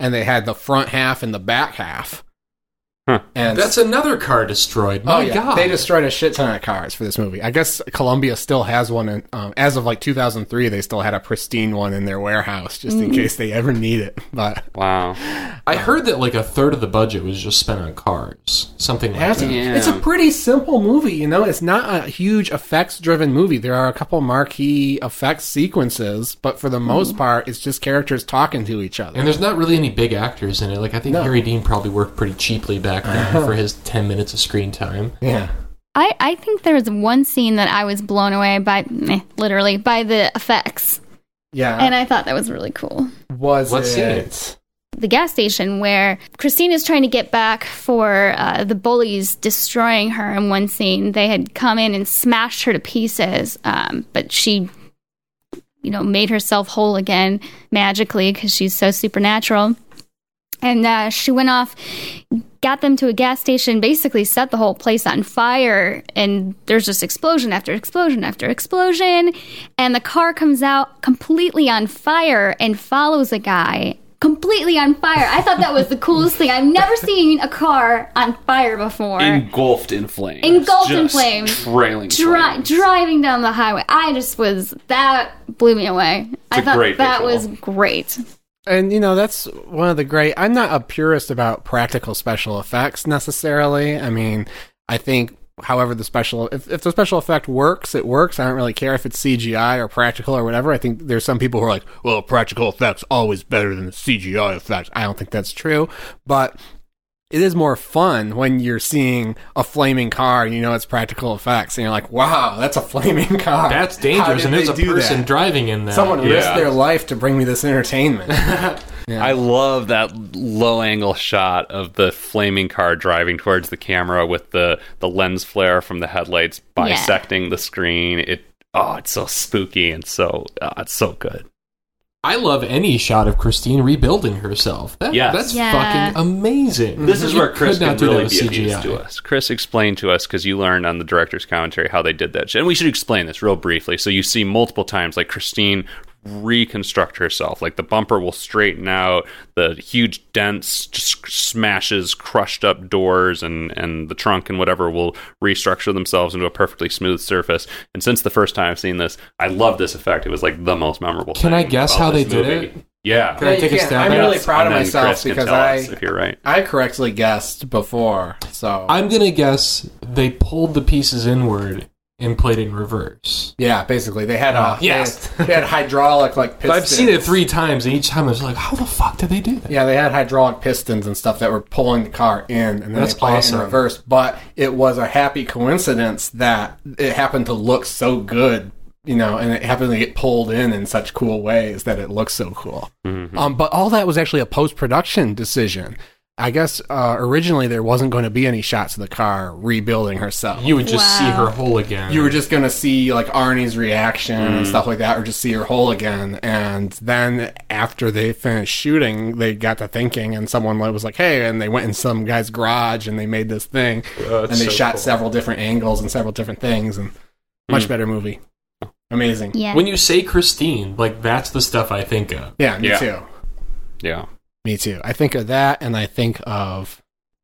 Speaker 1: and they had the front half and the back half.
Speaker 2: Huh.
Speaker 1: And
Speaker 3: That's another car destroyed. My
Speaker 1: oh yeah,
Speaker 3: God.
Speaker 1: they destroyed a shit ton of cars for this movie. I guess Columbia still has one. In, um, as of like 2003, they still had a pristine one in their warehouse just
Speaker 3: Mm.
Speaker 1: in case they ever need it. But
Speaker 2: wow
Speaker 3: I heard that like a third of the budget was just spent on cars. Something like
Speaker 1: Has
Speaker 3: that.
Speaker 1: it.
Speaker 2: Yeah.
Speaker 1: It's a pretty simple movie, you know. It's not a huge effects-driven movie. There are a couple marquee effects sequences, but for the most part, it's just characters talking to each other.
Speaker 3: And there's not really any big actors in it. Like I think
Speaker 1: No.
Speaker 3: Harry Dean probably worked pretty cheaply back then for his ten minutes of screen time.
Speaker 1: Yeah.
Speaker 4: I, I think there was one scene that I was blown away by, eh, literally, by the effects.
Speaker 1: Yeah.
Speaker 4: And I thought that was really cool.
Speaker 1: was
Speaker 3: What scene?
Speaker 1: it?
Speaker 4: the gas station where Christine is trying to get back for uh, the bullies destroying her in one scene. They had come in and smashed her to pieces, um, but she, you know, made herself whole again magically because she's so supernatural. And uh, she went off, got them to a gas station, basically set the whole place on fire. And there's just explosion after explosion after explosion. And the car comes out completely on fire and follows a guy completely on fire. I thought that was the coolest thing. I've never seen a car on fire before.
Speaker 2: engulfed in flames
Speaker 4: Engulfed in
Speaker 2: Just
Speaker 4: flames.
Speaker 2: trailing
Speaker 4: Dri-
Speaker 2: flames.
Speaker 4: driving down the highway, I just was that blew me away. I
Speaker 2: a
Speaker 4: thought
Speaker 2: great
Speaker 4: that
Speaker 2: visual.
Speaker 4: was great.
Speaker 1: And you know, that's one of the great I'm not a purist about practical special effects necessarily. I mean, I think however the special if, if the special effect works, it works. I don't really care if it's CGI or practical or whatever. I think there's some people who are like, Well, practical effects always better than the CGI effect. I don't think that's true. But it is more fun when you're seeing a flaming car and you know it's practical effects and you're like, Wow, that's a flaming car.
Speaker 3: That's
Speaker 1: How
Speaker 3: dangerous,
Speaker 1: did
Speaker 3: and
Speaker 1: they
Speaker 3: there's a
Speaker 1: do
Speaker 3: person
Speaker 1: that?
Speaker 3: driving in that.
Speaker 1: Someone
Speaker 2: Yeah.
Speaker 1: risked their life to bring me this entertainment.
Speaker 2: I love that low angle shot of the flaming car driving towards the camera with the, the lens flare from the headlights bisecting the screen. It oh, it's so spooky and so oh, it's so uh, good.
Speaker 3: I love any shot of Christine rebuilding herself. That,
Speaker 2: Yes.
Speaker 3: That's
Speaker 4: Yeah.
Speaker 3: fucking amazing.
Speaker 2: This is
Speaker 3: Mm-hmm. You
Speaker 2: where Chris
Speaker 3: could not
Speaker 2: can
Speaker 3: do that
Speaker 2: really
Speaker 3: with
Speaker 2: be of use to us. Chris explained to us because you learned on the director's commentary how they did that, shit. and we should explain this real briefly. So you see multiple times, like Christine reconstruct herself, like the bumper will straighten out, the huge dents just smashes crushed up doors, and and the trunk and whatever will restructure themselves into a perfectly smooth surface. And since the first time I've seen this, I love this effect. It was like the most memorable.
Speaker 3: Can
Speaker 2: thing
Speaker 3: I guess
Speaker 2: about
Speaker 3: how they
Speaker 2: this
Speaker 3: did
Speaker 2: movie.
Speaker 3: it?
Speaker 2: Yeah.
Speaker 3: Can I take a
Speaker 1: Yeah,
Speaker 3: stab
Speaker 1: I'm
Speaker 3: at
Speaker 1: really
Speaker 3: it?
Speaker 1: proud of
Speaker 2: And then
Speaker 1: myself
Speaker 2: Chris can
Speaker 1: because
Speaker 2: tell us
Speaker 1: I
Speaker 2: if you're right.
Speaker 1: I correctly guessed before. So
Speaker 3: I'm gonna guess they pulled the pieces inward and played in reverse.
Speaker 1: yeah, basically they had a
Speaker 3: Uh, Yes.
Speaker 1: they, they had hydraulic like
Speaker 3: But
Speaker 1: pistons.
Speaker 3: I've seen it three times, and each time I was like, "How the fuck did they do that?"
Speaker 1: Yeah, they had hydraulic pistons and stuff that were pulling the car in, and then
Speaker 3: That's
Speaker 1: they played
Speaker 3: awesome.
Speaker 1: it in reverse. But it was a happy coincidence that it happened to look so good, you know, and it happened to get pulled in in such cool ways that it looks so cool. Um, but all that was actually a post production decision. I guess uh, originally there wasn't going to be any shots of the car rebuilding herself.
Speaker 3: You would just see
Speaker 4: Wow.
Speaker 3: her whole again.
Speaker 1: You were just gonna see like Arnie's reaction and stuff like that, or just see her whole again. And then after they finished shooting, they got to thinking, and someone was like, "Hey!" And they went in some guy's garage and they made this thing, and they shot several different angles and several different things, and much better movie, amazing.
Speaker 4: Yeah.
Speaker 3: When you say Christine, like that's the stuff I think of.
Speaker 1: Yeah, me
Speaker 2: Yeah.
Speaker 1: too.
Speaker 2: Yeah.
Speaker 1: Me too. I think of that, and I think of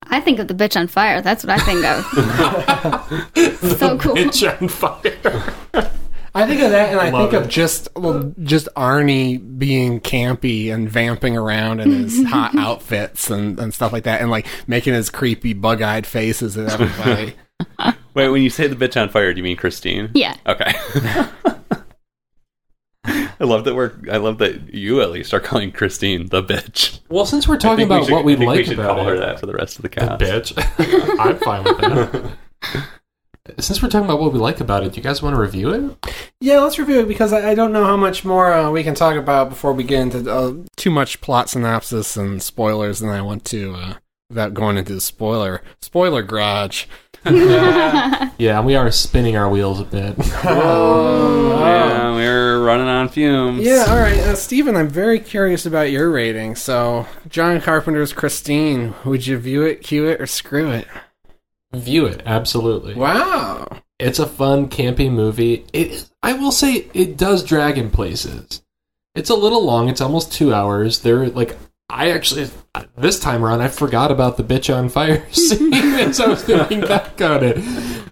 Speaker 4: I think of the bitch on fire. That's what I think of. so cool.
Speaker 3: Bitch on fire.
Speaker 1: I think of that, and I
Speaker 3: Love
Speaker 1: think
Speaker 3: it.
Speaker 1: of just well, just Arnie being campy and vamping around in his hot outfits and, and stuff like that, and like making his creepy bug eyed faces at everybody.
Speaker 2: Wait, when you say the bitch on fire, do you mean Christine?
Speaker 4: Yeah.
Speaker 2: Okay. I love that we're. I love that you at least are calling Christine the bitch.
Speaker 3: Well, since we're
Speaker 2: I
Speaker 3: talking
Speaker 2: think
Speaker 3: about
Speaker 2: should-
Speaker 3: what
Speaker 2: I
Speaker 3: we
Speaker 2: think
Speaker 3: like
Speaker 2: we should
Speaker 3: about
Speaker 2: call
Speaker 3: it,
Speaker 2: her that for the rest of the
Speaker 3: the
Speaker 2: cast.
Speaker 3: bitch. I'm fine with that. Since we're talking about what we like about it, do you guys want to review it?
Speaker 1: yeah, let's review it because I, I don't know how much more uh, we can talk about before we get into uh, too much plot synopsis and spoilers, and I want to uh, without going into the spoiler spoiler garage.
Speaker 3: Yeah, we are spinning our wheels a bit. Oh,
Speaker 2: Yeah, we're running on fumes.
Speaker 1: Yeah, all right, uh, Stephen. I'm very curious about your rating. So, John Carpenter's Christine. Would you view it, cue it, or screw it?
Speaker 3: View it, absolutely.
Speaker 1: Wow.
Speaker 3: It's a fun, campy movie. It, I will say, it does drag in places. It's a little long. It's almost two hours. There, like, I actually this time around I forgot about the bitch on fire scene as I was thinking back on it.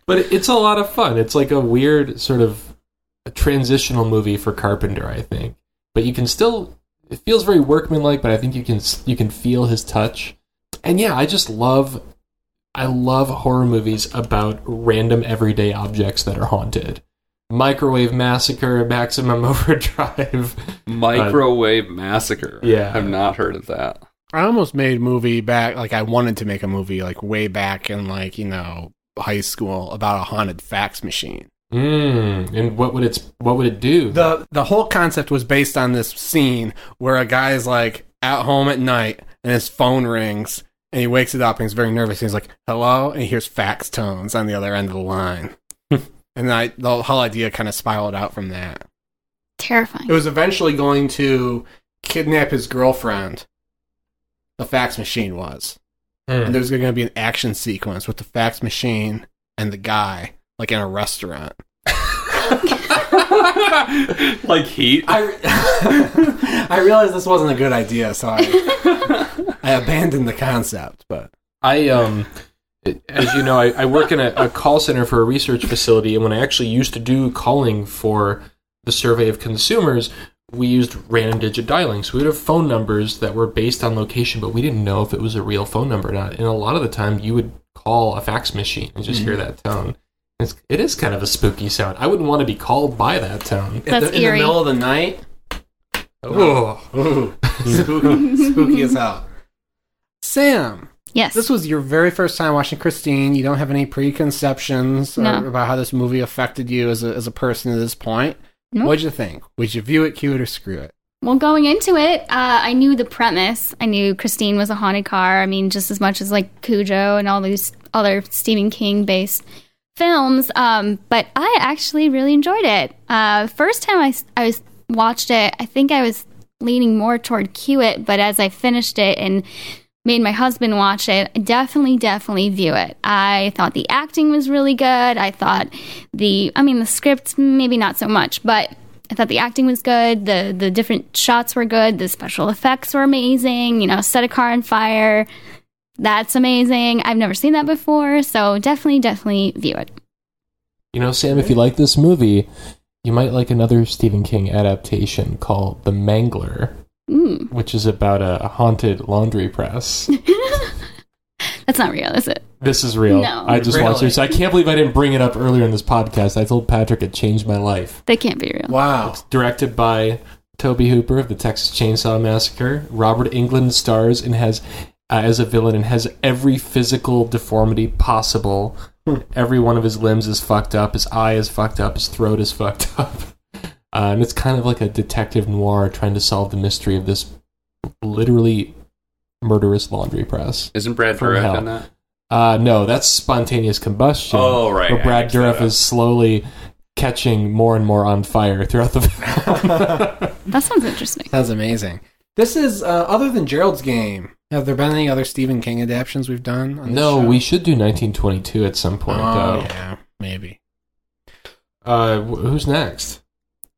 Speaker 3: But it's a lot of fun. It's like a weird sort of a transitional movie for Carpenter, I think. But you can still it feels very workmanlike, but I think you can you can feel his touch. And yeah, I just love I love horror movies about random everyday objects that are haunted. Microwave Massacre, Maximum Overdrive.
Speaker 2: Microwave massacre.
Speaker 3: Uh, Yeah.
Speaker 2: I've not heard of that.
Speaker 1: I almost made a movie back, like I wanted to make a movie like way back in like, you know, high school about a haunted fax machine.
Speaker 3: Mm, and what would it what would it do?
Speaker 1: The the whole concept was based on this scene where a guy's like at home at night and his phone rings and he wakes it up and he's very nervous and he's like, Hello and he hears fax tones on the other end of the line. and I the whole idea kind of spiraled out from that.
Speaker 4: Terrifying.
Speaker 1: It was eventually going to kidnap his girlfriend. The fax machine was.
Speaker 3: Hmm.
Speaker 1: And there's going to be an action sequence with the fax machine and the guy, like in a restaurant.
Speaker 2: like heat.
Speaker 1: I, I realized this wasn't a good idea, so I, I abandoned the concept. But
Speaker 3: I um, as you know, I, I work in a, a call center for a research facility, and when I actually used to do calling for the survey of consumers, we used random digit dialing. So we would have phone numbers that were based on location, but we didn't know if it was a real phone number or not. And a lot of the time, you would call a fax machine and just hear that tone. It's, it is kind of a spooky sound. I wouldn't want to be called by that tone.
Speaker 4: That's
Speaker 1: in, the, in the
Speaker 4: eerie.
Speaker 1: middle of the night,
Speaker 3: Oh.
Speaker 1: ooh, spooky, spooky as hell. Sam,
Speaker 4: yes.
Speaker 1: this was your very first time watching Christine. You don't have any preconceptions or-
Speaker 4: No.
Speaker 1: about how this movie affected you as a, as a person at this point.
Speaker 4: Nope.
Speaker 1: What'd you think? Would you view it, cue it, or screw it?
Speaker 4: Well, going into it, uh, I knew the premise. I knew Christine was a haunted car. I mean, just as much as like Cujo and all these other Stephen King based films. Um, but I actually really enjoyed it. Uh, first time I, s- I was watched it, I think I was leaning more toward cue it, but as I finished it and made my husband watch it, definitely, definitely view it. I thought the acting was really good. I thought the, I mean, the script maybe not so much, but I thought the acting was good. The the different shots were good. The special effects were amazing. You know, set a car on fire. That's amazing. I've never seen that before, so definitely, definitely view it.
Speaker 3: You know, Sam, if you like this movie, you might like another Stephen King adaptation called The Mangler,
Speaker 4: Mm.
Speaker 3: which is about a haunted laundry press.
Speaker 4: That's not real, is it?
Speaker 3: This is real.
Speaker 4: No.
Speaker 3: I just watched
Speaker 1: Really?
Speaker 3: this. I can't believe I didn't bring it up earlier in this podcast. I told Patrick it changed my life.
Speaker 4: That can't be real.
Speaker 1: Wow.
Speaker 3: Directed by Toby Hooper of the Texas Chainsaw Massacre, Robert England stars and has uh, as a villain and has every physical deformity possible. every one of his limbs is fucked up. His eye is fucked up. His throat is fucked up. Uh, and it's kind of like a detective noir trying to solve the mystery of this literally murderous laundry press.
Speaker 2: Isn't Brad
Speaker 3: From
Speaker 2: Dourif
Speaker 3: hell.
Speaker 2: in that?
Speaker 3: Uh, no, that's spontaneous combustion.
Speaker 2: Oh, right,
Speaker 3: Where
Speaker 2: I
Speaker 3: Brad
Speaker 2: mixed that
Speaker 3: Dourif
Speaker 2: up.
Speaker 3: is slowly catching more and more on fire throughout the film.
Speaker 4: That sounds interesting.
Speaker 1: Sounds amazing. This is uh, other than Gerald's game. Have there been any other Stephen King adaptions we've done? On this
Speaker 3: no,
Speaker 1: show?
Speaker 3: we should do 1922 at some point.
Speaker 1: Oh,
Speaker 3: though.
Speaker 1: yeah, maybe.
Speaker 3: Uh, wh- who's next?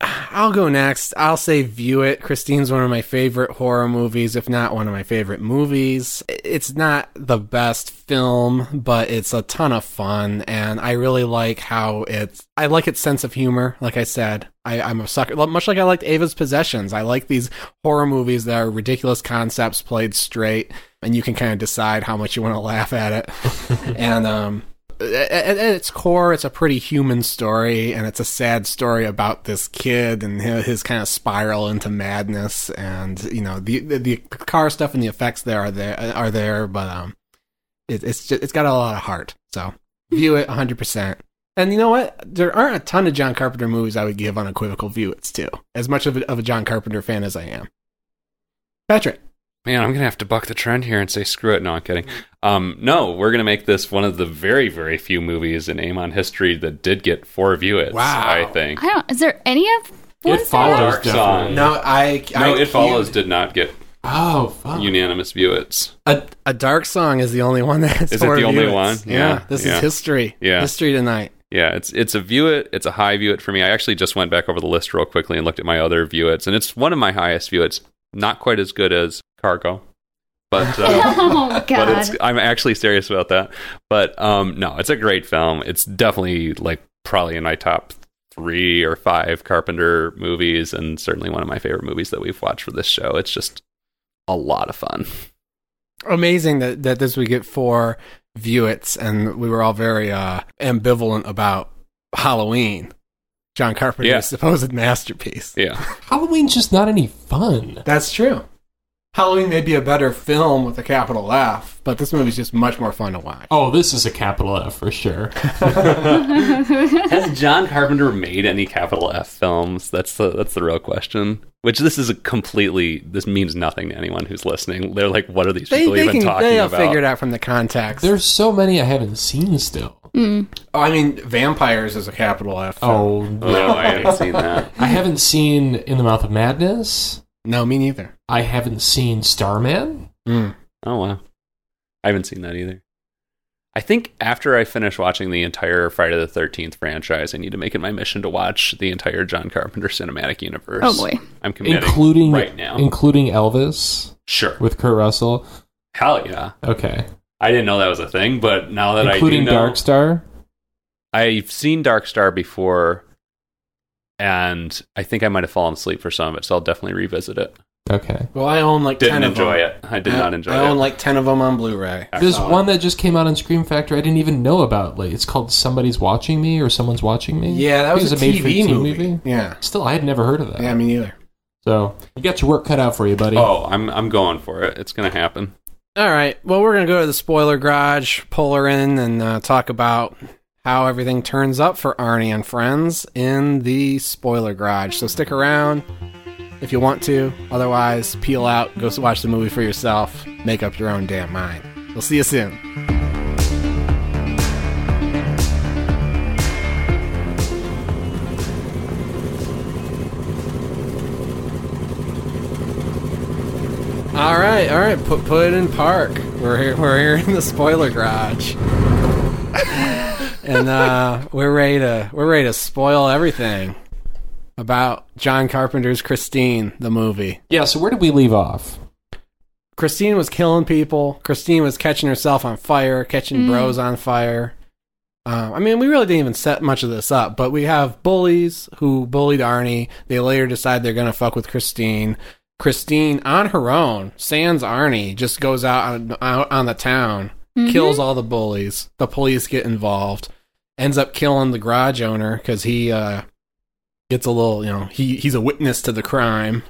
Speaker 1: I'll go next. I'll say view it. Christine's one of my favorite horror movies, if not one of my favorite movies. It's not the best film, but it's a ton of fun, and I really like how it's. I like its sense of humor. Like I said, I, I'm a sucker. Much like I liked Ava's Possessions, I like these horror movies that are ridiculous concepts played straight, and you can kind of decide how much you want to laugh at it. and um, at, at at its core, it's a pretty human story, and it's a sad story about this kid and hi- his kind of spiral into madness. And you know, the the, the car stuff and the effects there are there are there, but um, it, it's just, it's got a lot of heart. So view it 100. percent And you know what? There aren't a ton of John Carpenter movies I would give unequivocal view it's to, as much of a, of a John Carpenter fan as I am. Patrick,
Speaker 2: Man, I'm gonna have to buck the trend here and say screw it. No, I'm kidding. Um, no, we're gonna make this one of the very, very few movies in Amon history that did get four view its.
Speaker 1: Wow.
Speaker 2: I think.
Speaker 4: I don't. Is there any of? ones that-
Speaker 3: follows
Speaker 2: Dark
Speaker 3: definitely.
Speaker 2: Song. No,
Speaker 1: I
Speaker 2: No, it follows did not get
Speaker 3: Oh, fuck.
Speaker 2: unanimous view its.
Speaker 1: A, a dark song is the only one that has
Speaker 2: Is it
Speaker 1: four
Speaker 2: the only
Speaker 1: viewers.
Speaker 2: one?
Speaker 1: Yeah,
Speaker 2: Yeah,
Speaker 1: this
Speaker 2: yeah.
Speaker 1: is history.
Speaker 2: Yeah.
Speaker 1: history tonight.
Speaker 2: Yeah, it's it's a view it. It's a high view it for me. I actually just went back over the list real quickly and looked at my other view its, and it's one of my highest view its. Not quite as good as Cargo, but. Uh,
Speaker 4: oh
Speaker 2: But it's,
Speaker 4: God.
Speaker 2: I'm actually serious about that. But um, no, it's a great film. It's definitely like probably in my top three or five Carpenter movies, and certainly one of my favorite movies that we've watched for this show. It's just a lot of fun.
Speaker 1: Amazing that that this we get four view it's, and we were all very uh, ambivalent about Halloween, John Carpenter's
Speaker 2: Yeah.
Speaker 1: supposed masterpiece.
Speaker 2: Yeah.
Speaker 3: Halloween's just not any fun.
Speaker 1: That's true. Halloween may be a better film with a capital F, but this movie's just much more fun to watch.
Speaker 3: Oh, this is a capital F for sure.
Speaker 2: Has John Carpenter made any capital F films? That's the that's the real question. Which this is a completely this means nothing to anyone who's listening. They're like, what are these
Speaker 1: They,
Speaker 2: people
Speaker 1: they
Speaker 2: even
Speaker 1: can
Speaker 2: talking
Speaker 1: they'll
Speaker 2: about?
Speaker 1: figure it out from the context.
Speaker 3: There's so many I haven't seen still.
Speaker 4: Mm.
Speaker 1: oh, I mean, vampires is a capital F.
Speaker 3: Oh,
Speaker 2: Oh, no, I haven't seen that.
Speaker 3: I haven't seen In the Mouth of Madness.
Speaker 1: no, me neither.
Speaker 3: I haven't seen Starman.
Speaker 1: Mm.
Speaker 2: Oh wow, I haven't seen that either. I think after I finish watching the entire Friday the Thirteenth franchise, I need to make it my mission to watch the entire John Carpenter cinematic universe.
Speaker 4: Oh boy.
Speaker 2: I'm committing
Speaker 3: including
Speaker 2: right now.
Speaker 3: including Elvis
Speaker 2: sure,
Speaker 3: with Kurt Russell.
Speaker 2: hell yeah.
Speaker 3: Okay,
Speaker 2: I didn't know that was a thing, but now that I
Speaker 3: including
Speaker 2: do know,
Speaker 3: Dark Star.
Speaker 2: I've seen Dark Star before, and I think I might have fallen asleep for some of it, so I'll definitely revisit it.
Speaker 3: Okay,
Speaker 1: Well, I own like
Speaker 2: Didn't
Speaker 1: ten of
Speaker 2: enjoy
Speaker 1: them.
Speaker 2: it. I did not enjoy
Speaker 1: I own
Speaker 2: it.
Speaker 1: like ten of them on Blu-ray.
Speaker 3: there's
Speaker 2: Excellent.
Speaker 3: one that just came out on Scream Factory. I didn't even know about. Like, it's called Somebody's Watching Me or Someone's Watching Me.
Speaker 1: Yeah, that
Speaker 3: I think
Speaker 1: was a
Speaker 3: it's made
Speaker 1: TV
Speaker 3: for teen
Speaker 1: movie. Yeah,
Speaker 3: Still, I had never heard of that.
Speaker 1: yeah, me neither.
Speaker 3: So you got your work cut out for you, buddy.
Speaker 2: Oh, I'm I'm going for it. It's gonna happen.
Speaker 1: All right, well, we're gonna go to the spoiler garage, pull her in, and uh, talk about how everything turns up for Arnie and friends in the spoiler garage. So stick around if you want to. Otherwise, peel out, go s- watch the movie for yourself, make up your own damn mind. We'll see you soon. right, all right. Put put it in park. We're here. We're here in the spoiler garage, and uh, we're ready to we're ready to spoil everything about John Carpenter's Christine, the movie.
Speaker 3: Yeah, so where did we leave off?
Speaker 1: Christine was killing people. Christine was catching herself on fire, catching bros on fire. Um, I mean, we really didn't even set much of this up, but we have bullies who bullied Arnie. They later decide they're going to fuck with Christine. Christine, on her own, sans Arnie, just goes out on, out on the town,
Speaker 4: Mm-hmm.
Speaker 1: kills all the bullies. The police get involved, ends up killing the garage owner because he uh, gets a little, you know, he he's a witness to the crime,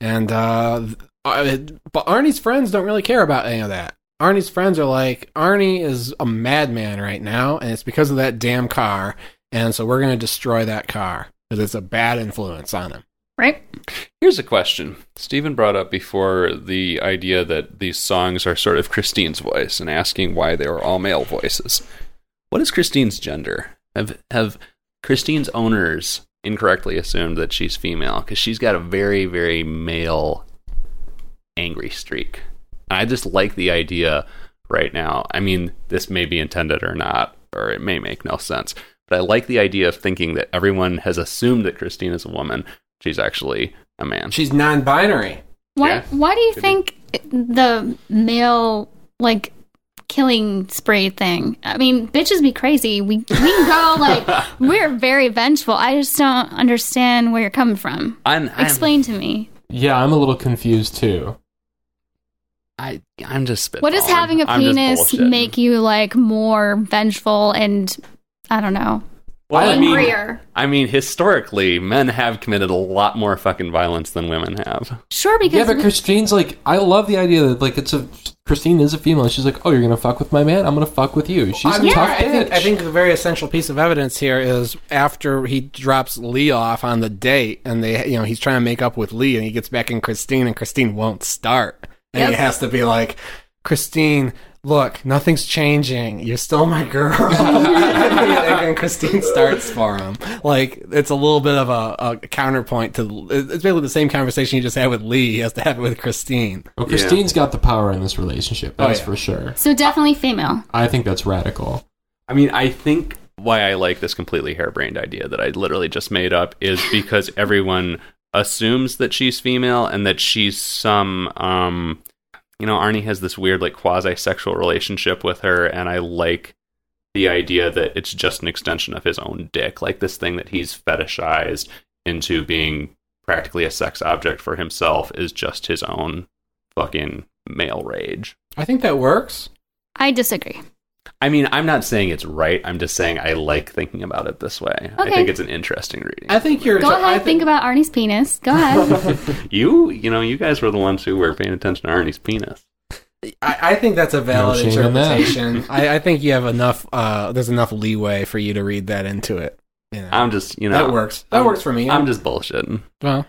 Speaker 1: and uh, uh, but Arnie's friends don't really care about any of that. Arnie's friends are like, Arnie is a madman right now, and it's because of that damn car, and so we're going to destroy that car because it's a bad influence on him.
Speaker 4: right?
Speaker 2: Here's a question. Stephen brought up before the idea that these songs are sort of Christine's voice and asking why they were all male voices. What is Christine's gender? Have have Christine's owners incorrectly assumed that she's female because she's got a very very male angry streak. And I just like the idea right now. I mean, this may be intended or not, or it may make no sense. But I like the idea of thinking that everyone has assumed that Christine is a woman. She's actually a man.
Speaker 1: She's non-binary.
Speaker 4: Why?
Speaker 2: Yeah.
Speaker 4: Why do you
Speaker 2: Could be.
Speaker 4: think the male like killing spree thing? I mean, bitches be crazy. We we can go like we're very vengeful. I just don't understand where you're coming from.
Speaker 2: I'm, I'm
Speaker 4: Explain to me.
Speaker 3: Yeah, I'm a little confused too.
Speaker 2: I, I'm just spitballing.
Speaker 4: What does having a
Speaker 2: I'm just
Speaker 4: penis
Speaker 2: bullshitting.
Speaker 4: make you like more vengeful and I don't know
Speaker 2: Well, I mean,
Speaker 4: angrier?
Speaker 2: I mean, historically, men have committed a lot more fucking violence than women have.
Speaker 4: sure,
Speaker 3: Yeah,
Speaker 4: because
Speaker 3: but Christine's like, I love the idea that like it's a Christine is a female. She's like, oh, you're gonna fuck with my man. I'm gonna fuck with you. She's a tough
Speaker 1: I
Speaker 3: bitch.
Speaker 1: think, I think the very essential piece of evidence here is after he drops Lee off on the date, and they, you know, he's trying to make up with Lee, and he gets back in Christine, and Christine won't start, and he has to be like, Christine. Look, nothing's changing. You're still my girl. and Christine starts for him. Like it's a little bit of a, a counterpoint to. It's basically the same conversation you just had with Lee. He has to have it with Christine.
Speaker 3: Well, Christine's got the power in this relationship.
Speaker 1: Oh,
Speaker 3: That's
Speaker 1: yeah.
Speaker 3: for sure.
Speaker 4: so definitely female.
Speaker 3: I think that's radical.
Speaker 2: I mean, I think why I like this completely harebrained idea that I literally just made up is because everyone assumes that she's female and that she's some, um, you know, Arnie has this weird, like, quasi sexual relationship with her, and I like the idea that it's just an extension of his own dick, like this thing that he's fetishized into being practically a sex object for himself is just his own fucking male rage.
Speaker 1: I think that works.
Speaker 4: I disagree.
Speaker 2: I mean, I'm not saying it's right. I'm just saying I like thinking about it this way. I
Speaker 4: Okay.
Speaker 2: think it's an interesting reading.
Speaker 1: I think you're.
Speaker 4: Go
Speaker 1: so I
Speaker 4: ahead, think about Arnie's penis. Go ahead.
Speaker 2: you, you know, you guys were the ones who were paying attention to Arnie's penis.
Speaker 1: I, I think that's a valid
Speaker 3: shame in that.
Speaker 1: interpretation. I, I think you have enough. Uh, there's enough leeway for you to read that into it. You know?
Speaker 2: I'm just, you know,
Speaker 1: that works. That
Speaker 2: I'm-
Speaker 1: works for me.
Speaker 2: I'm just bullshitting.
Speaker 1: well.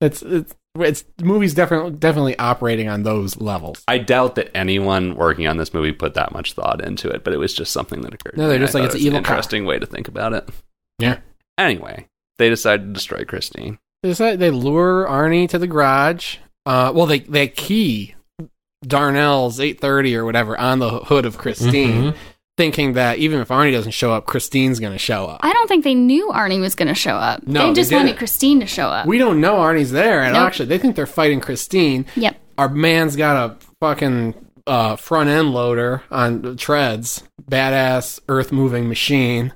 Speaker 1: It's it's it's the movie's definitely definitely operating on those levels.
Speaker 2: I doubt that anyone working on this movie put that much thought into it, but it was just something that occurred.
Speaker 1: No,
Speaker 2: to
Speaker 1: they're
Speaker 2: me. I
Speaker 1: just like,
Speaker 2: thought
Speaker 1: it's
Speaker 2: it
Speaker 1: an
Speaker 2: was
Speaker 1: evil cop.
Speaker 2: interesting way to think about it.
Speaker 1: Yeah.
Speaker 2: Anyway, they decided to destroy Christine.
Speaker 1: They decide- they lure Arnie to the garage. Uh, well, they they key Darnell's 8:30 or whatever on the hood of Christine,
Speaker 3: Mhm.
Speaker 1: thinking that even if Arnie doesn't show up, Christine's going to show up.
Speaker 4: I don't think they knew Arnie was going to show up.
Speaker 1: No,
Speaker 4: they
Speaker 1: they
Speaker 4: just wanted
Speaker 1: didn't.
Speaker 4: Christine to show up.
Speaker 1: We don't know Arnie's there, and
Speaker 4: uh, Nope.
Speaker 1: actually, they think they're fighting Christine.
Speaker 4: yep.
Speaker 1: our man's got a fucking uh, front end loader on treads, badass earth moving machine.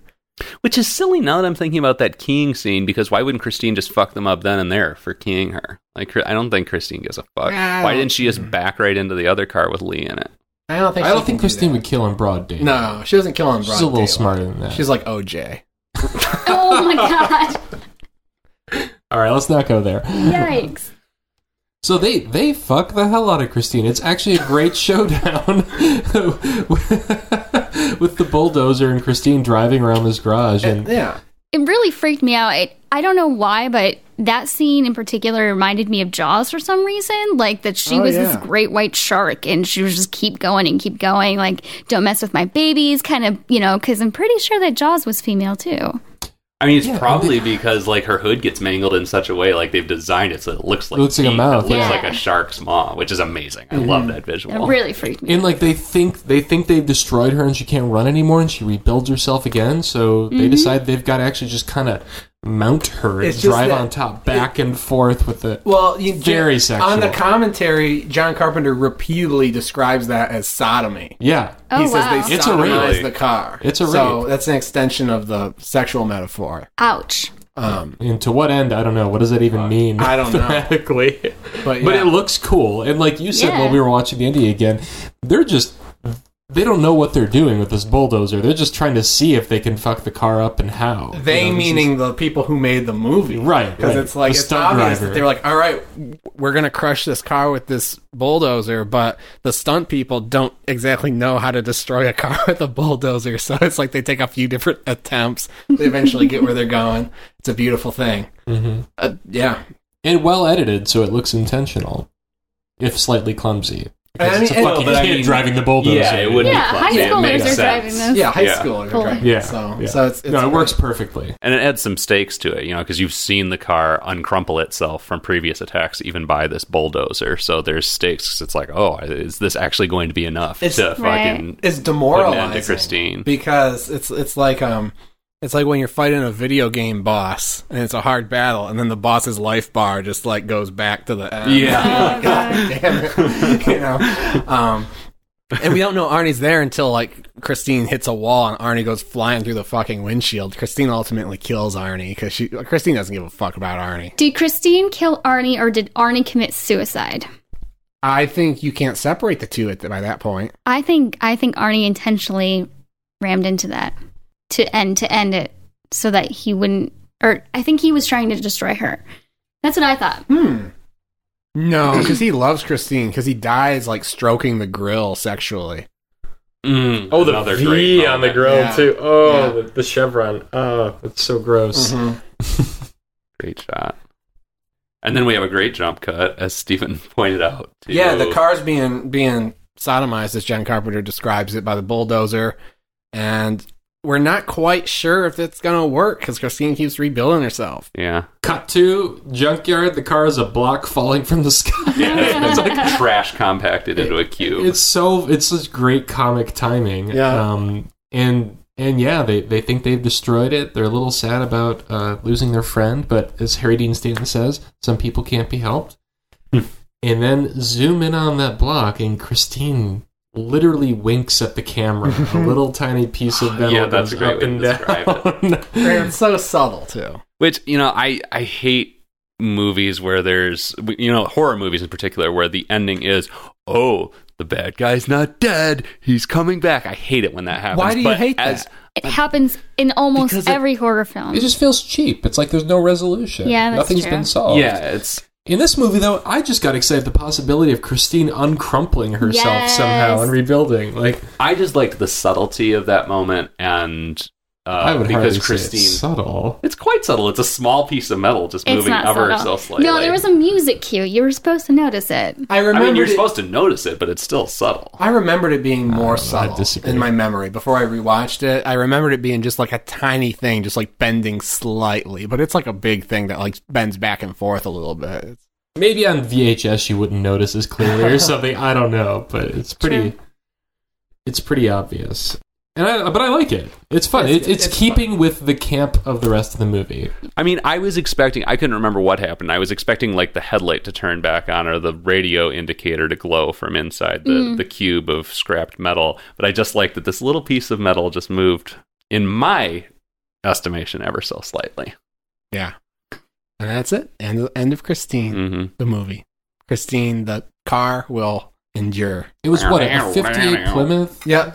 Speaker 2: Which is silly now that I'm thinking about that keying scene because why wouldn't Christine just fuck them up then and there for keying her? Like I don't think Christine gives a fuck.
Speaker 1: Nah, I
Speaker 2: why
Speaker 1: don't-
Speaker 2: didn't she
Speaker 3: Mm-hmm.
Speaker 2: just back right into the other car with Lee in it?
Speaker 1: I don't think.
Speaker 3: I
Speaker 1: she
Speaker 3: don't
Speaker 1: can
Speaker 3: think
Speaker 1: do
Speaker 3: Christine
Speaker 1: that.
Speaker 3: would kill in broad daylight.
Speaker 1: No, she doesn't kill him.
Speaker 3: she's a little smarter than that.
Speaker 1: She's like OJ.
Speaker 4: Oh my god!
Speaker 3: All right, let's not go there.
Speaker 4: Yikes!
Speaker 3: So they they fuck the hell out of Christine. It's actually a great showdown with the bulldozer and Christine driving around this garage. And
Speaker 1: Uh, Yeah,
Speaker 4: It really freaked me out. It, I don't know why, but that scene in particular reminded me of Jaws for some reason. Like that she
Speaker 1: Oh,
Speaker 4: was
Speaker 1: yeah.
Speaker 4: this great white shark, and she was just keep going and keep going. Like don't mess with my babies, kind of you know. Because I'm pretty sure that Jaws was female too.
Speaker 2: I mean, it's
Speaker 3: Yeah,
Speaker 2: probably
Speaker 3: and
Speaker 2: because like her hood gets mangled in such a way, like they've designed it so it looks like
Speaker 3: It looks like a
Speaker 2: teeth.
Speaker 3: mouth, Mm-hmm.
Speaker 2: It looks
Speaker 4: yeah.
Speaker 2: like a shark's maw, which is amazing. I love that visual.
Speaker 4: It really freaked me.
Speaker 3: And like they think they think they've destroyed her and she can't run anymore and she rebuilds herself again. So they decide they've got to actually just kind of mount her and
Speaker 1: Mm-hmm. It's just
Speaker 3: drive
Speaker 1: that-
Speaker 3: on top, back and forth with the.
Speaker 1: Well, you, On
Speaker 3: Very
Speaker 1: the
Speaker 3: sexual.
Speaker 1: commentary, John Carpenter repeately describes that as sodomy.
Speaker 3: yeah,
Speaker 4: oh
Speaker 1: he
Speaker 4: wow!
Speaker 1: says they
Speaker 3: It's a rape.
Speaker 1: sodomized the car.
Speaker 3: It's a
Speaker 1: So
Speaker 3: rape.
Speaker 1: that's an extension of the sexual metaphor.
Speaker 4: Ouch!
Speaker 1: Um,
Speaker 3: and to what end? I don't know. What does that even mean?
Speaker 1: I don't know.
Speaker 3: Mathematically,
Speaker 1: but
Speaker 3: but
Speaker 1: yeah.
Speaker 3: it looks cool. And like you said
Speaker 4: Yeah.
Speaker 3: while we were watching the indie again, they're just they don't know what they're doing with this bulldozer. They're just trying to see if they can fuck the car up and how.
Speaker 1: They
Speaker 3: You know, this is-
Speaker 1: meaning the people who made the movie,
Speaker 3: Right,
Speaker 1: Because
Speaker 3: right.
Speaker 1: it's like
Speaker 3: The
Speaker 1: it's
Speaker 3: stunt
Speaker 1: obvious
Speaker 3: driver.
Speaker 1: that they were like, "All right, we're gonna crush this car with this bulldozer," but the stunt people don't exactly know how to destroy a car with a bulldozer. So it's like they take a few different attempts. They eventually get where they're going. It's a beautiful thing.
Speaker 3: Mhm.
Speaker 1: Uh, yeah,
Speaker 3: and well edited, so it looks intentional, if slightly clumsy. Because
Speaker 1: I
Speaker 3: it's a
Speaker 1: mean, and-
Speaker 3: fucking
Speaker 2: Well, but I
Speaker 3: kid
Speaker 2: mean-
Speaker 3: driving the bulldozer.
Speaker 2: Yeah, it would
Speaker 4: Yeah,
Speaker 2: be
Speaker 4: high
Speaker 2: classy. It
Speaker 4: schoolers
Speaker 2: makes
Speaker 4: are
Speaker 2: sense.
Speaker 4: driving this.
Speaker 1: yeah, high
Speaker 2: Yeah.
Speaker 1: school.
Speaker 4: Cool.
Speaker 3: Yeah,
Speaker 1: So,
Speaker 3: yeah.
Speaker 1: so it's, it's
Speaker 3: no, it
Speaker 1: great.
Speaker 3: works perfectly.
Speaker 2: and it adds some stakes to it, you know, because you've seen the car uncrumple itself from previous attacks, even by this bulldozer. So there's stakes. 'cause it's like, oh, is this actually going to be enough
Speaker 1: It's-
Speaker 2: to
Speaker 4: Right.
Speaker 2: fucking
Speaker 1: It's
Speaker 2: put an end
Speaker 1: demoralizing.
Speaker 2: to Christine?
Speaker 1: because it's it's like um it's like when you're fighting a video game boss and it's a hard battle and then the boss's life bar just like goes back to the end.
Speaker 2: Yeah.
Speaker 4: Oh, God.
Speaker 1: Damn it. you know. Um and we don't know Arnie's there until like Christine hits a wall and Arnie goes flying through the fucking windshield. Christine ultimately kills Arnie because she Christine doesn't give a fuck about Arnie.
Speaker 4: Did Christine kill Arnie, or did Arnie commit suicide?
Speaker 1: I think you can't separate the two at by that point.
Speaker 4: I think I think Arnie intentionally rammed into that to end to end it so that he wouldn't or I think he was trying to destroy her. That's what I thought.
Speaker 1: Hmm. No, because he loves Christine because he dies like stroking the grill sexually.
Speaker 2: Mm,
Speaker 5: Oh, the
Speaker 2: another
Speaker 5: V
Speaker 2: great
Speaker 5: on the
Speaker 2: moment.
Speaker 5: grill
Speaker 1: Yeah.
Speaker 5: too. Oh,
Speaker 1: Yeah. Mm-hmm.
Speaker 5: the, the chevron. Oh, that's so gross.
Speaker 2: Great shot. And then we have a great jump cut, as Stephen pointed out. to-
Speaker 1: Yeah, the car's being being sodomized, as John Carpenter describes it, by the bulldozer, and we're not quite sure if it's gonna work because Christine keeps rebuilding herself.
Speaker 2: Yeah.
Speaker 3: Cut to junkyard. The car is a block falling from the sky.
Speaker 2: Yeah. it's like trash compacted into a cube.
Speaker 3: It's so it's such great comic timing.
Speaker 1: Yeah.
Speaker 3: Um, and and yeah, they, they think they've destroyed it. They're a little sad about uh, losing their friend, but as Harry Dean Stanton says, some people can't be helped.
Speaker 2: Hmm.
Speaker 3: and then zoom in on that block, and Christine literally winks at the camera. a little tiny piece of metal
Speaker 2: Yeah, that's
Speaker 3: goes
Speaker 2: a great
Speaker 3: up
Speaker 2: way to
Speaker 3: and
Speaker 2: describe
Speaker 3: down.
Speaker 1: And it's so subtle too.
Speaker 2: Which you know, I I hate movies where there's you know horror movies in particular where the ending is oh the bad guy's not dead he's coming back. I hate it when that happens.
Speaker 1: Why do you
Speaker 2: But
Speaker 1: hate
Speaker 2: as,
Speaker 1: that?
Speaker 4: It happens in
Speaker 2: Because
Speaker 4: almost
Speaker 2: it-
Speaker 4: every horror film.
Speaker 3: It just feels cheap. It's like there's no resolution.
Speaker 4: Yeah, that's
Speaker 3: Nothing's
Speaker 4: true.
Speaker 3: been solved.
Speaker 2: Yeah, it's
Speaker 3: In this movie, though, I just got excited at the possibility of Christine uncrumpling herself
Speaker 4: Yes.
Speaker 3: somehow and rebuilding. Like
Speaker 2: I just liked the subtlety of that moment and uh,
Speaker 3: I would
Speaker 2: because
Speaker 3: hardly
Speaker 2: Christine.
Speaker 3: say it's subtle.
Speaker 2: it's quite subtle. It's a small piece of metal just
Speaker 4: it's
Speaker 2: moving
Speaker 4: not
Speaker 2: ever so
Speaker 4: subtle.
Speaker 2: slightly.
Speaker 4: No, there was a music cue. You were supposed to notice it.
Speaker 1: I
Speaker 2: I
Speaker 1: remember.
Speaker 2: mean, you're supposed to notice it, but it's still subtle.
Speaker 1: I remembered it being more subtle
Speaker 3: disagree.
Speaker 1: in my memory before I rewatched it. I remembered it being just like a tiny thing, just like bending slightly, but it's like a big thing that like bends back and forth a little bit.
Speaker 3: Maybe on VHS you wouldn't notice as clearly or something. I don't know, but it's pretty. It's pretty obvious, and I, but I like it. It's fun.
Speaker 1: It's-
Speaker 3: It's, it's,
Speaker 1: it's
Speaker 3: keeping with the camp of the rest of the movie.
Speaker 2: I mean, I was expecting, I couldn't remember what happened. I was expecting like the headlight to turn back on or the radio indicator to glow from inside the, the cube of scrapped metal. But I just liked that this little piece of metal just moved, in my estimation, ever so slightly.
Speaker 1: Yeah, and that's it. End end of Christine.
Speaker 2: hmm
Speaker 1: the movie. Christine, the car will endure.
Speaker 3: It was what a '58 Plymouth.
Speaker 1: Yeah.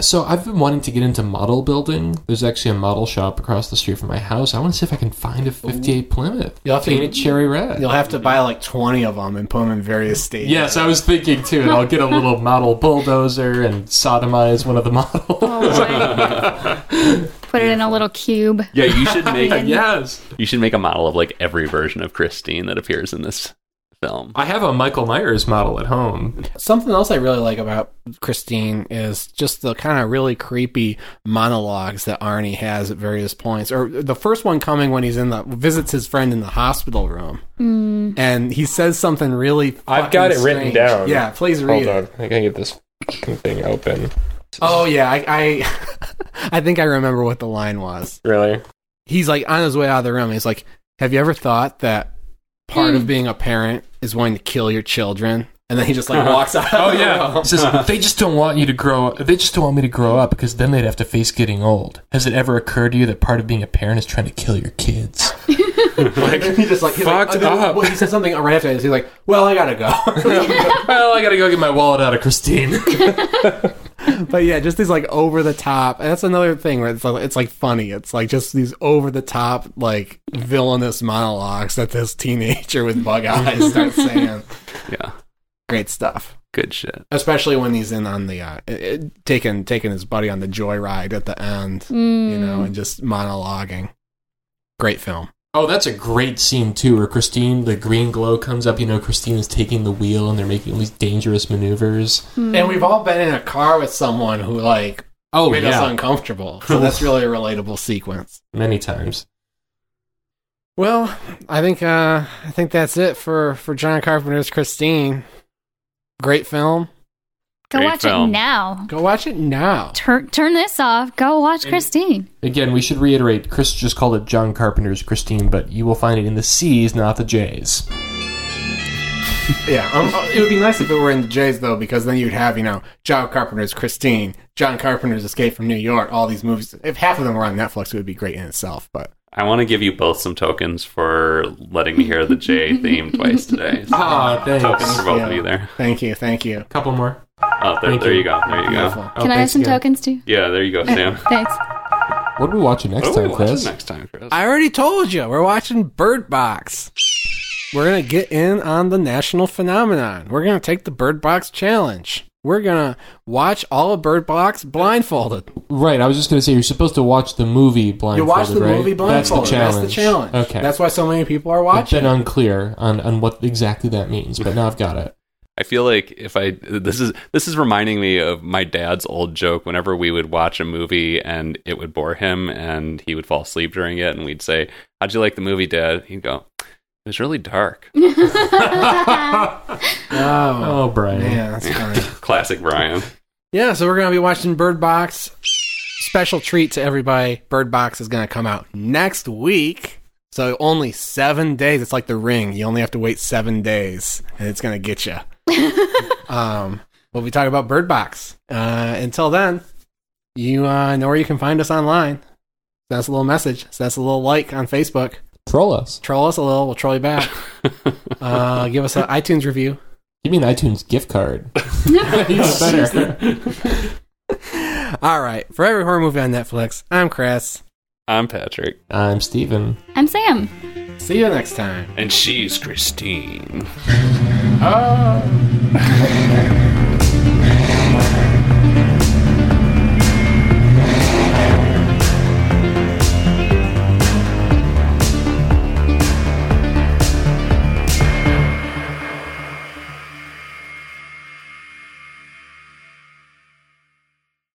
Speaker 3: So I've been wanting to get into model building. There's actually a model shop across the street from my house. I want to see if I can find a '58 Plymouth
Speaker 1: You'll have to-
Speaker 3: painted cherry red.
Speaker 1: You'll have to buy like 20 of them and put them in various stages.
Speaker 3: Yes, I was thinking too, and I'll get a little model bulldozer and sodomize one of the models.
Speaker 4: Put it in a little cube.
Speaker 2: Yeah, you should make
Speaker 3: yes.
Speaker 2: you should make a model of like every version of Christine that appears in this film.
Speaker 5: I have a Michael Myers model at home.
Speaker 1: Something else I really like about Christine is just the kind of really creepy monologues that Arnie has at various points. Or the first one coming when he's in the visits his friend in the hospital room,
Speaker 4: Mm.
Speaker 1: and he says something really.
Speaker 5: I've
Speaker 1: fucking
Speaker 5: got it written
Speaker 1: strange.
Speaker 5: down.
Speaker 1: Yeah, please read
Speaker 5: Hold
Speaker 1: it.
Speaker 5: on, I gotta get this thing open.
Speaker 1: Oh yeah, I I, I think I remember what the line was.
Speaker 5: Really?
Speaker 1: He's like on his way out of the room. He's like, "Have you ever thought that part
Speaker 5: Hmm.
Speaker 1: of being a parent is wanting to kill your children?" And then he just like walks out.
Speaker 5: Oh, yeah.
Speaker 3: It says they just don't want you to grow. They just don't want me to grow up because then they'd have to face getting old. Has it ever occurred to you that part of being a parent is trying to kill your kids?
Speaker 1: Like, he just like he's like,
Speaker 5: Fucked
Speaker 1: oh, no,
Speaker 5: up.
Speaker 1: well, he said something right after this. He's like, "Well, I gotta go."
Speaker 3: well, I gotta go get my wallet out of Christine.
Speaker 1: but yeah, just these like over the top. And that's another thing where it's like, it's like funny. It's like just these over the top like villainous monologues that this teenager with bug eyes starts saying.
Speaker 2: Yeah,
Speaker 1: Great stuff.
Speaker 2: good shit.
Speaker 1: especially when he's in on the uh, it- it- taking taking his buddy on the joyride at the end, you know, and just monologuing. Great film.
Speaker 3: Oh, that's a great scene too, where Christine, the green glow comes up. You know, Christine is taking the wheel, and they're making all these dangerous maneuvers.
Speaker 4: Mm.
Speaker 1: And we've all been in a car with someone who like
Speaker 3: Oh
Speaker 1: made
Speaker 3: yeah,
Speaker 1: us uncomfortable. So that's really a relatable sequence.
Speaker 3: many times.
Speaker 1: Well, I think uh, I think that's it for for John Carpenter's Christine. Great film.
Speaker 4: Go
Speaker 2: Great
Speaker 4: watch
Speaker 2: film.
Speaker 4: it now.
Speaker 1: Go watch it now.
Speaker 4: Turn turn this off. Go watch Christine.
Speaker 3: Again, we should reiterate. Chris just called it John Carpenter's Christine, but you will find it in the C's, not the J's.
Speaker 1: Yeah, um, it would be nice if it were in the J's though, because then you'd have you know John Carpenter's Christine, John Carpenter's Escape from New York, all these movies. If half of them were on Netflix, it would be great in itself. But
Speaker 2: I want to give you both some tokens for letting me hear the J theme twice today. So,
Speaker 3: Ah,
Speaker 2: tokens
Speaker 3: thanks.
Speaker 2: for both
Speaker 1: yeah.
Speaker 2: of you there.
Speaker 1: thank you, thank you.
Speaker 3: Couple more.
Speaker 2: Oh, there,
Speaker 3: Thank
Speaker 2: there
Speaker 3: you.
Speaker 2: you go. There you go.
Speaker 1: Beautiful.
Speaker 3: Oh,
Speaker 4: Can I have
Speaker 3: thanks
Speaker 4: some
Speaker 3: again.
Speaker 4: tokens too?
Speaker 2: Yeah, there you go, Sam.
Speaker 4: Thanks.
Speaker 3: What are we watching next
Speaker 2: What are we
Speaker 3: time, Chris?
Speaker 2: watching next time, Chris?
Speaker 1: I already told you we're watching Bird Box. We're gonna get in on the national phenomenon. We're gonna take the Bird Box challenge. We're gonna watch all of Bird Box blindfolded.
Speaker 3: Right, I was just going to say you're supposed to watch the movie blindfolded.
Speaker 1: You watch the
Speaker 3: right?
Speaker 1: movie blindfolded. That's the challenge.
Speaker 3: Okay,
Speaker 1: That's why so many people are
Speaker 3: I've
Speaker 1: watching.
Speaker 3: been unclear on, on what exactly that means, but now I've got it.
Speaker 2: I feel like if I this is this is reminding me of my dad's old joke whenever we would watch a movie and it would bore him and he would fall asleep during it and we'd say, "How'd you like the movie, Dad?" He'd go, "It was really dark."
Speaker 1: Oh,
Speaker 3: Oh, Brian.
Speaker 1: man, that's funny.
Speaker 2: Classic Brian.
Speaker 1: Yeah, so we're going to be watching Bird Box. Special treat to everybody. Bird Box is going to come out next week. So only seven days. It's like the ring. You only have to wait seven days, and it's going to get you. um, we'll be talking about Bird Box. Uh, until then, you uh, know where you can find us online. That's a little message. So that's a little like on Facebook.
Speaker 3: Troll us.
Speaker 1: Troll us a little. We'll troll you back. Uh, give us an iTunes review.
Speaker 3: Give me an iTunes gift card. Even better.
Speaker 1: All right. For every horror movie on Netflix, I'm Chris.
Speaker 2: I'm Patrick,
Speaker 3: I'm Steven.
Speaker 4: I'm Sam.
Speaker 1: See you next time.
Speaker 2: and she's Christine.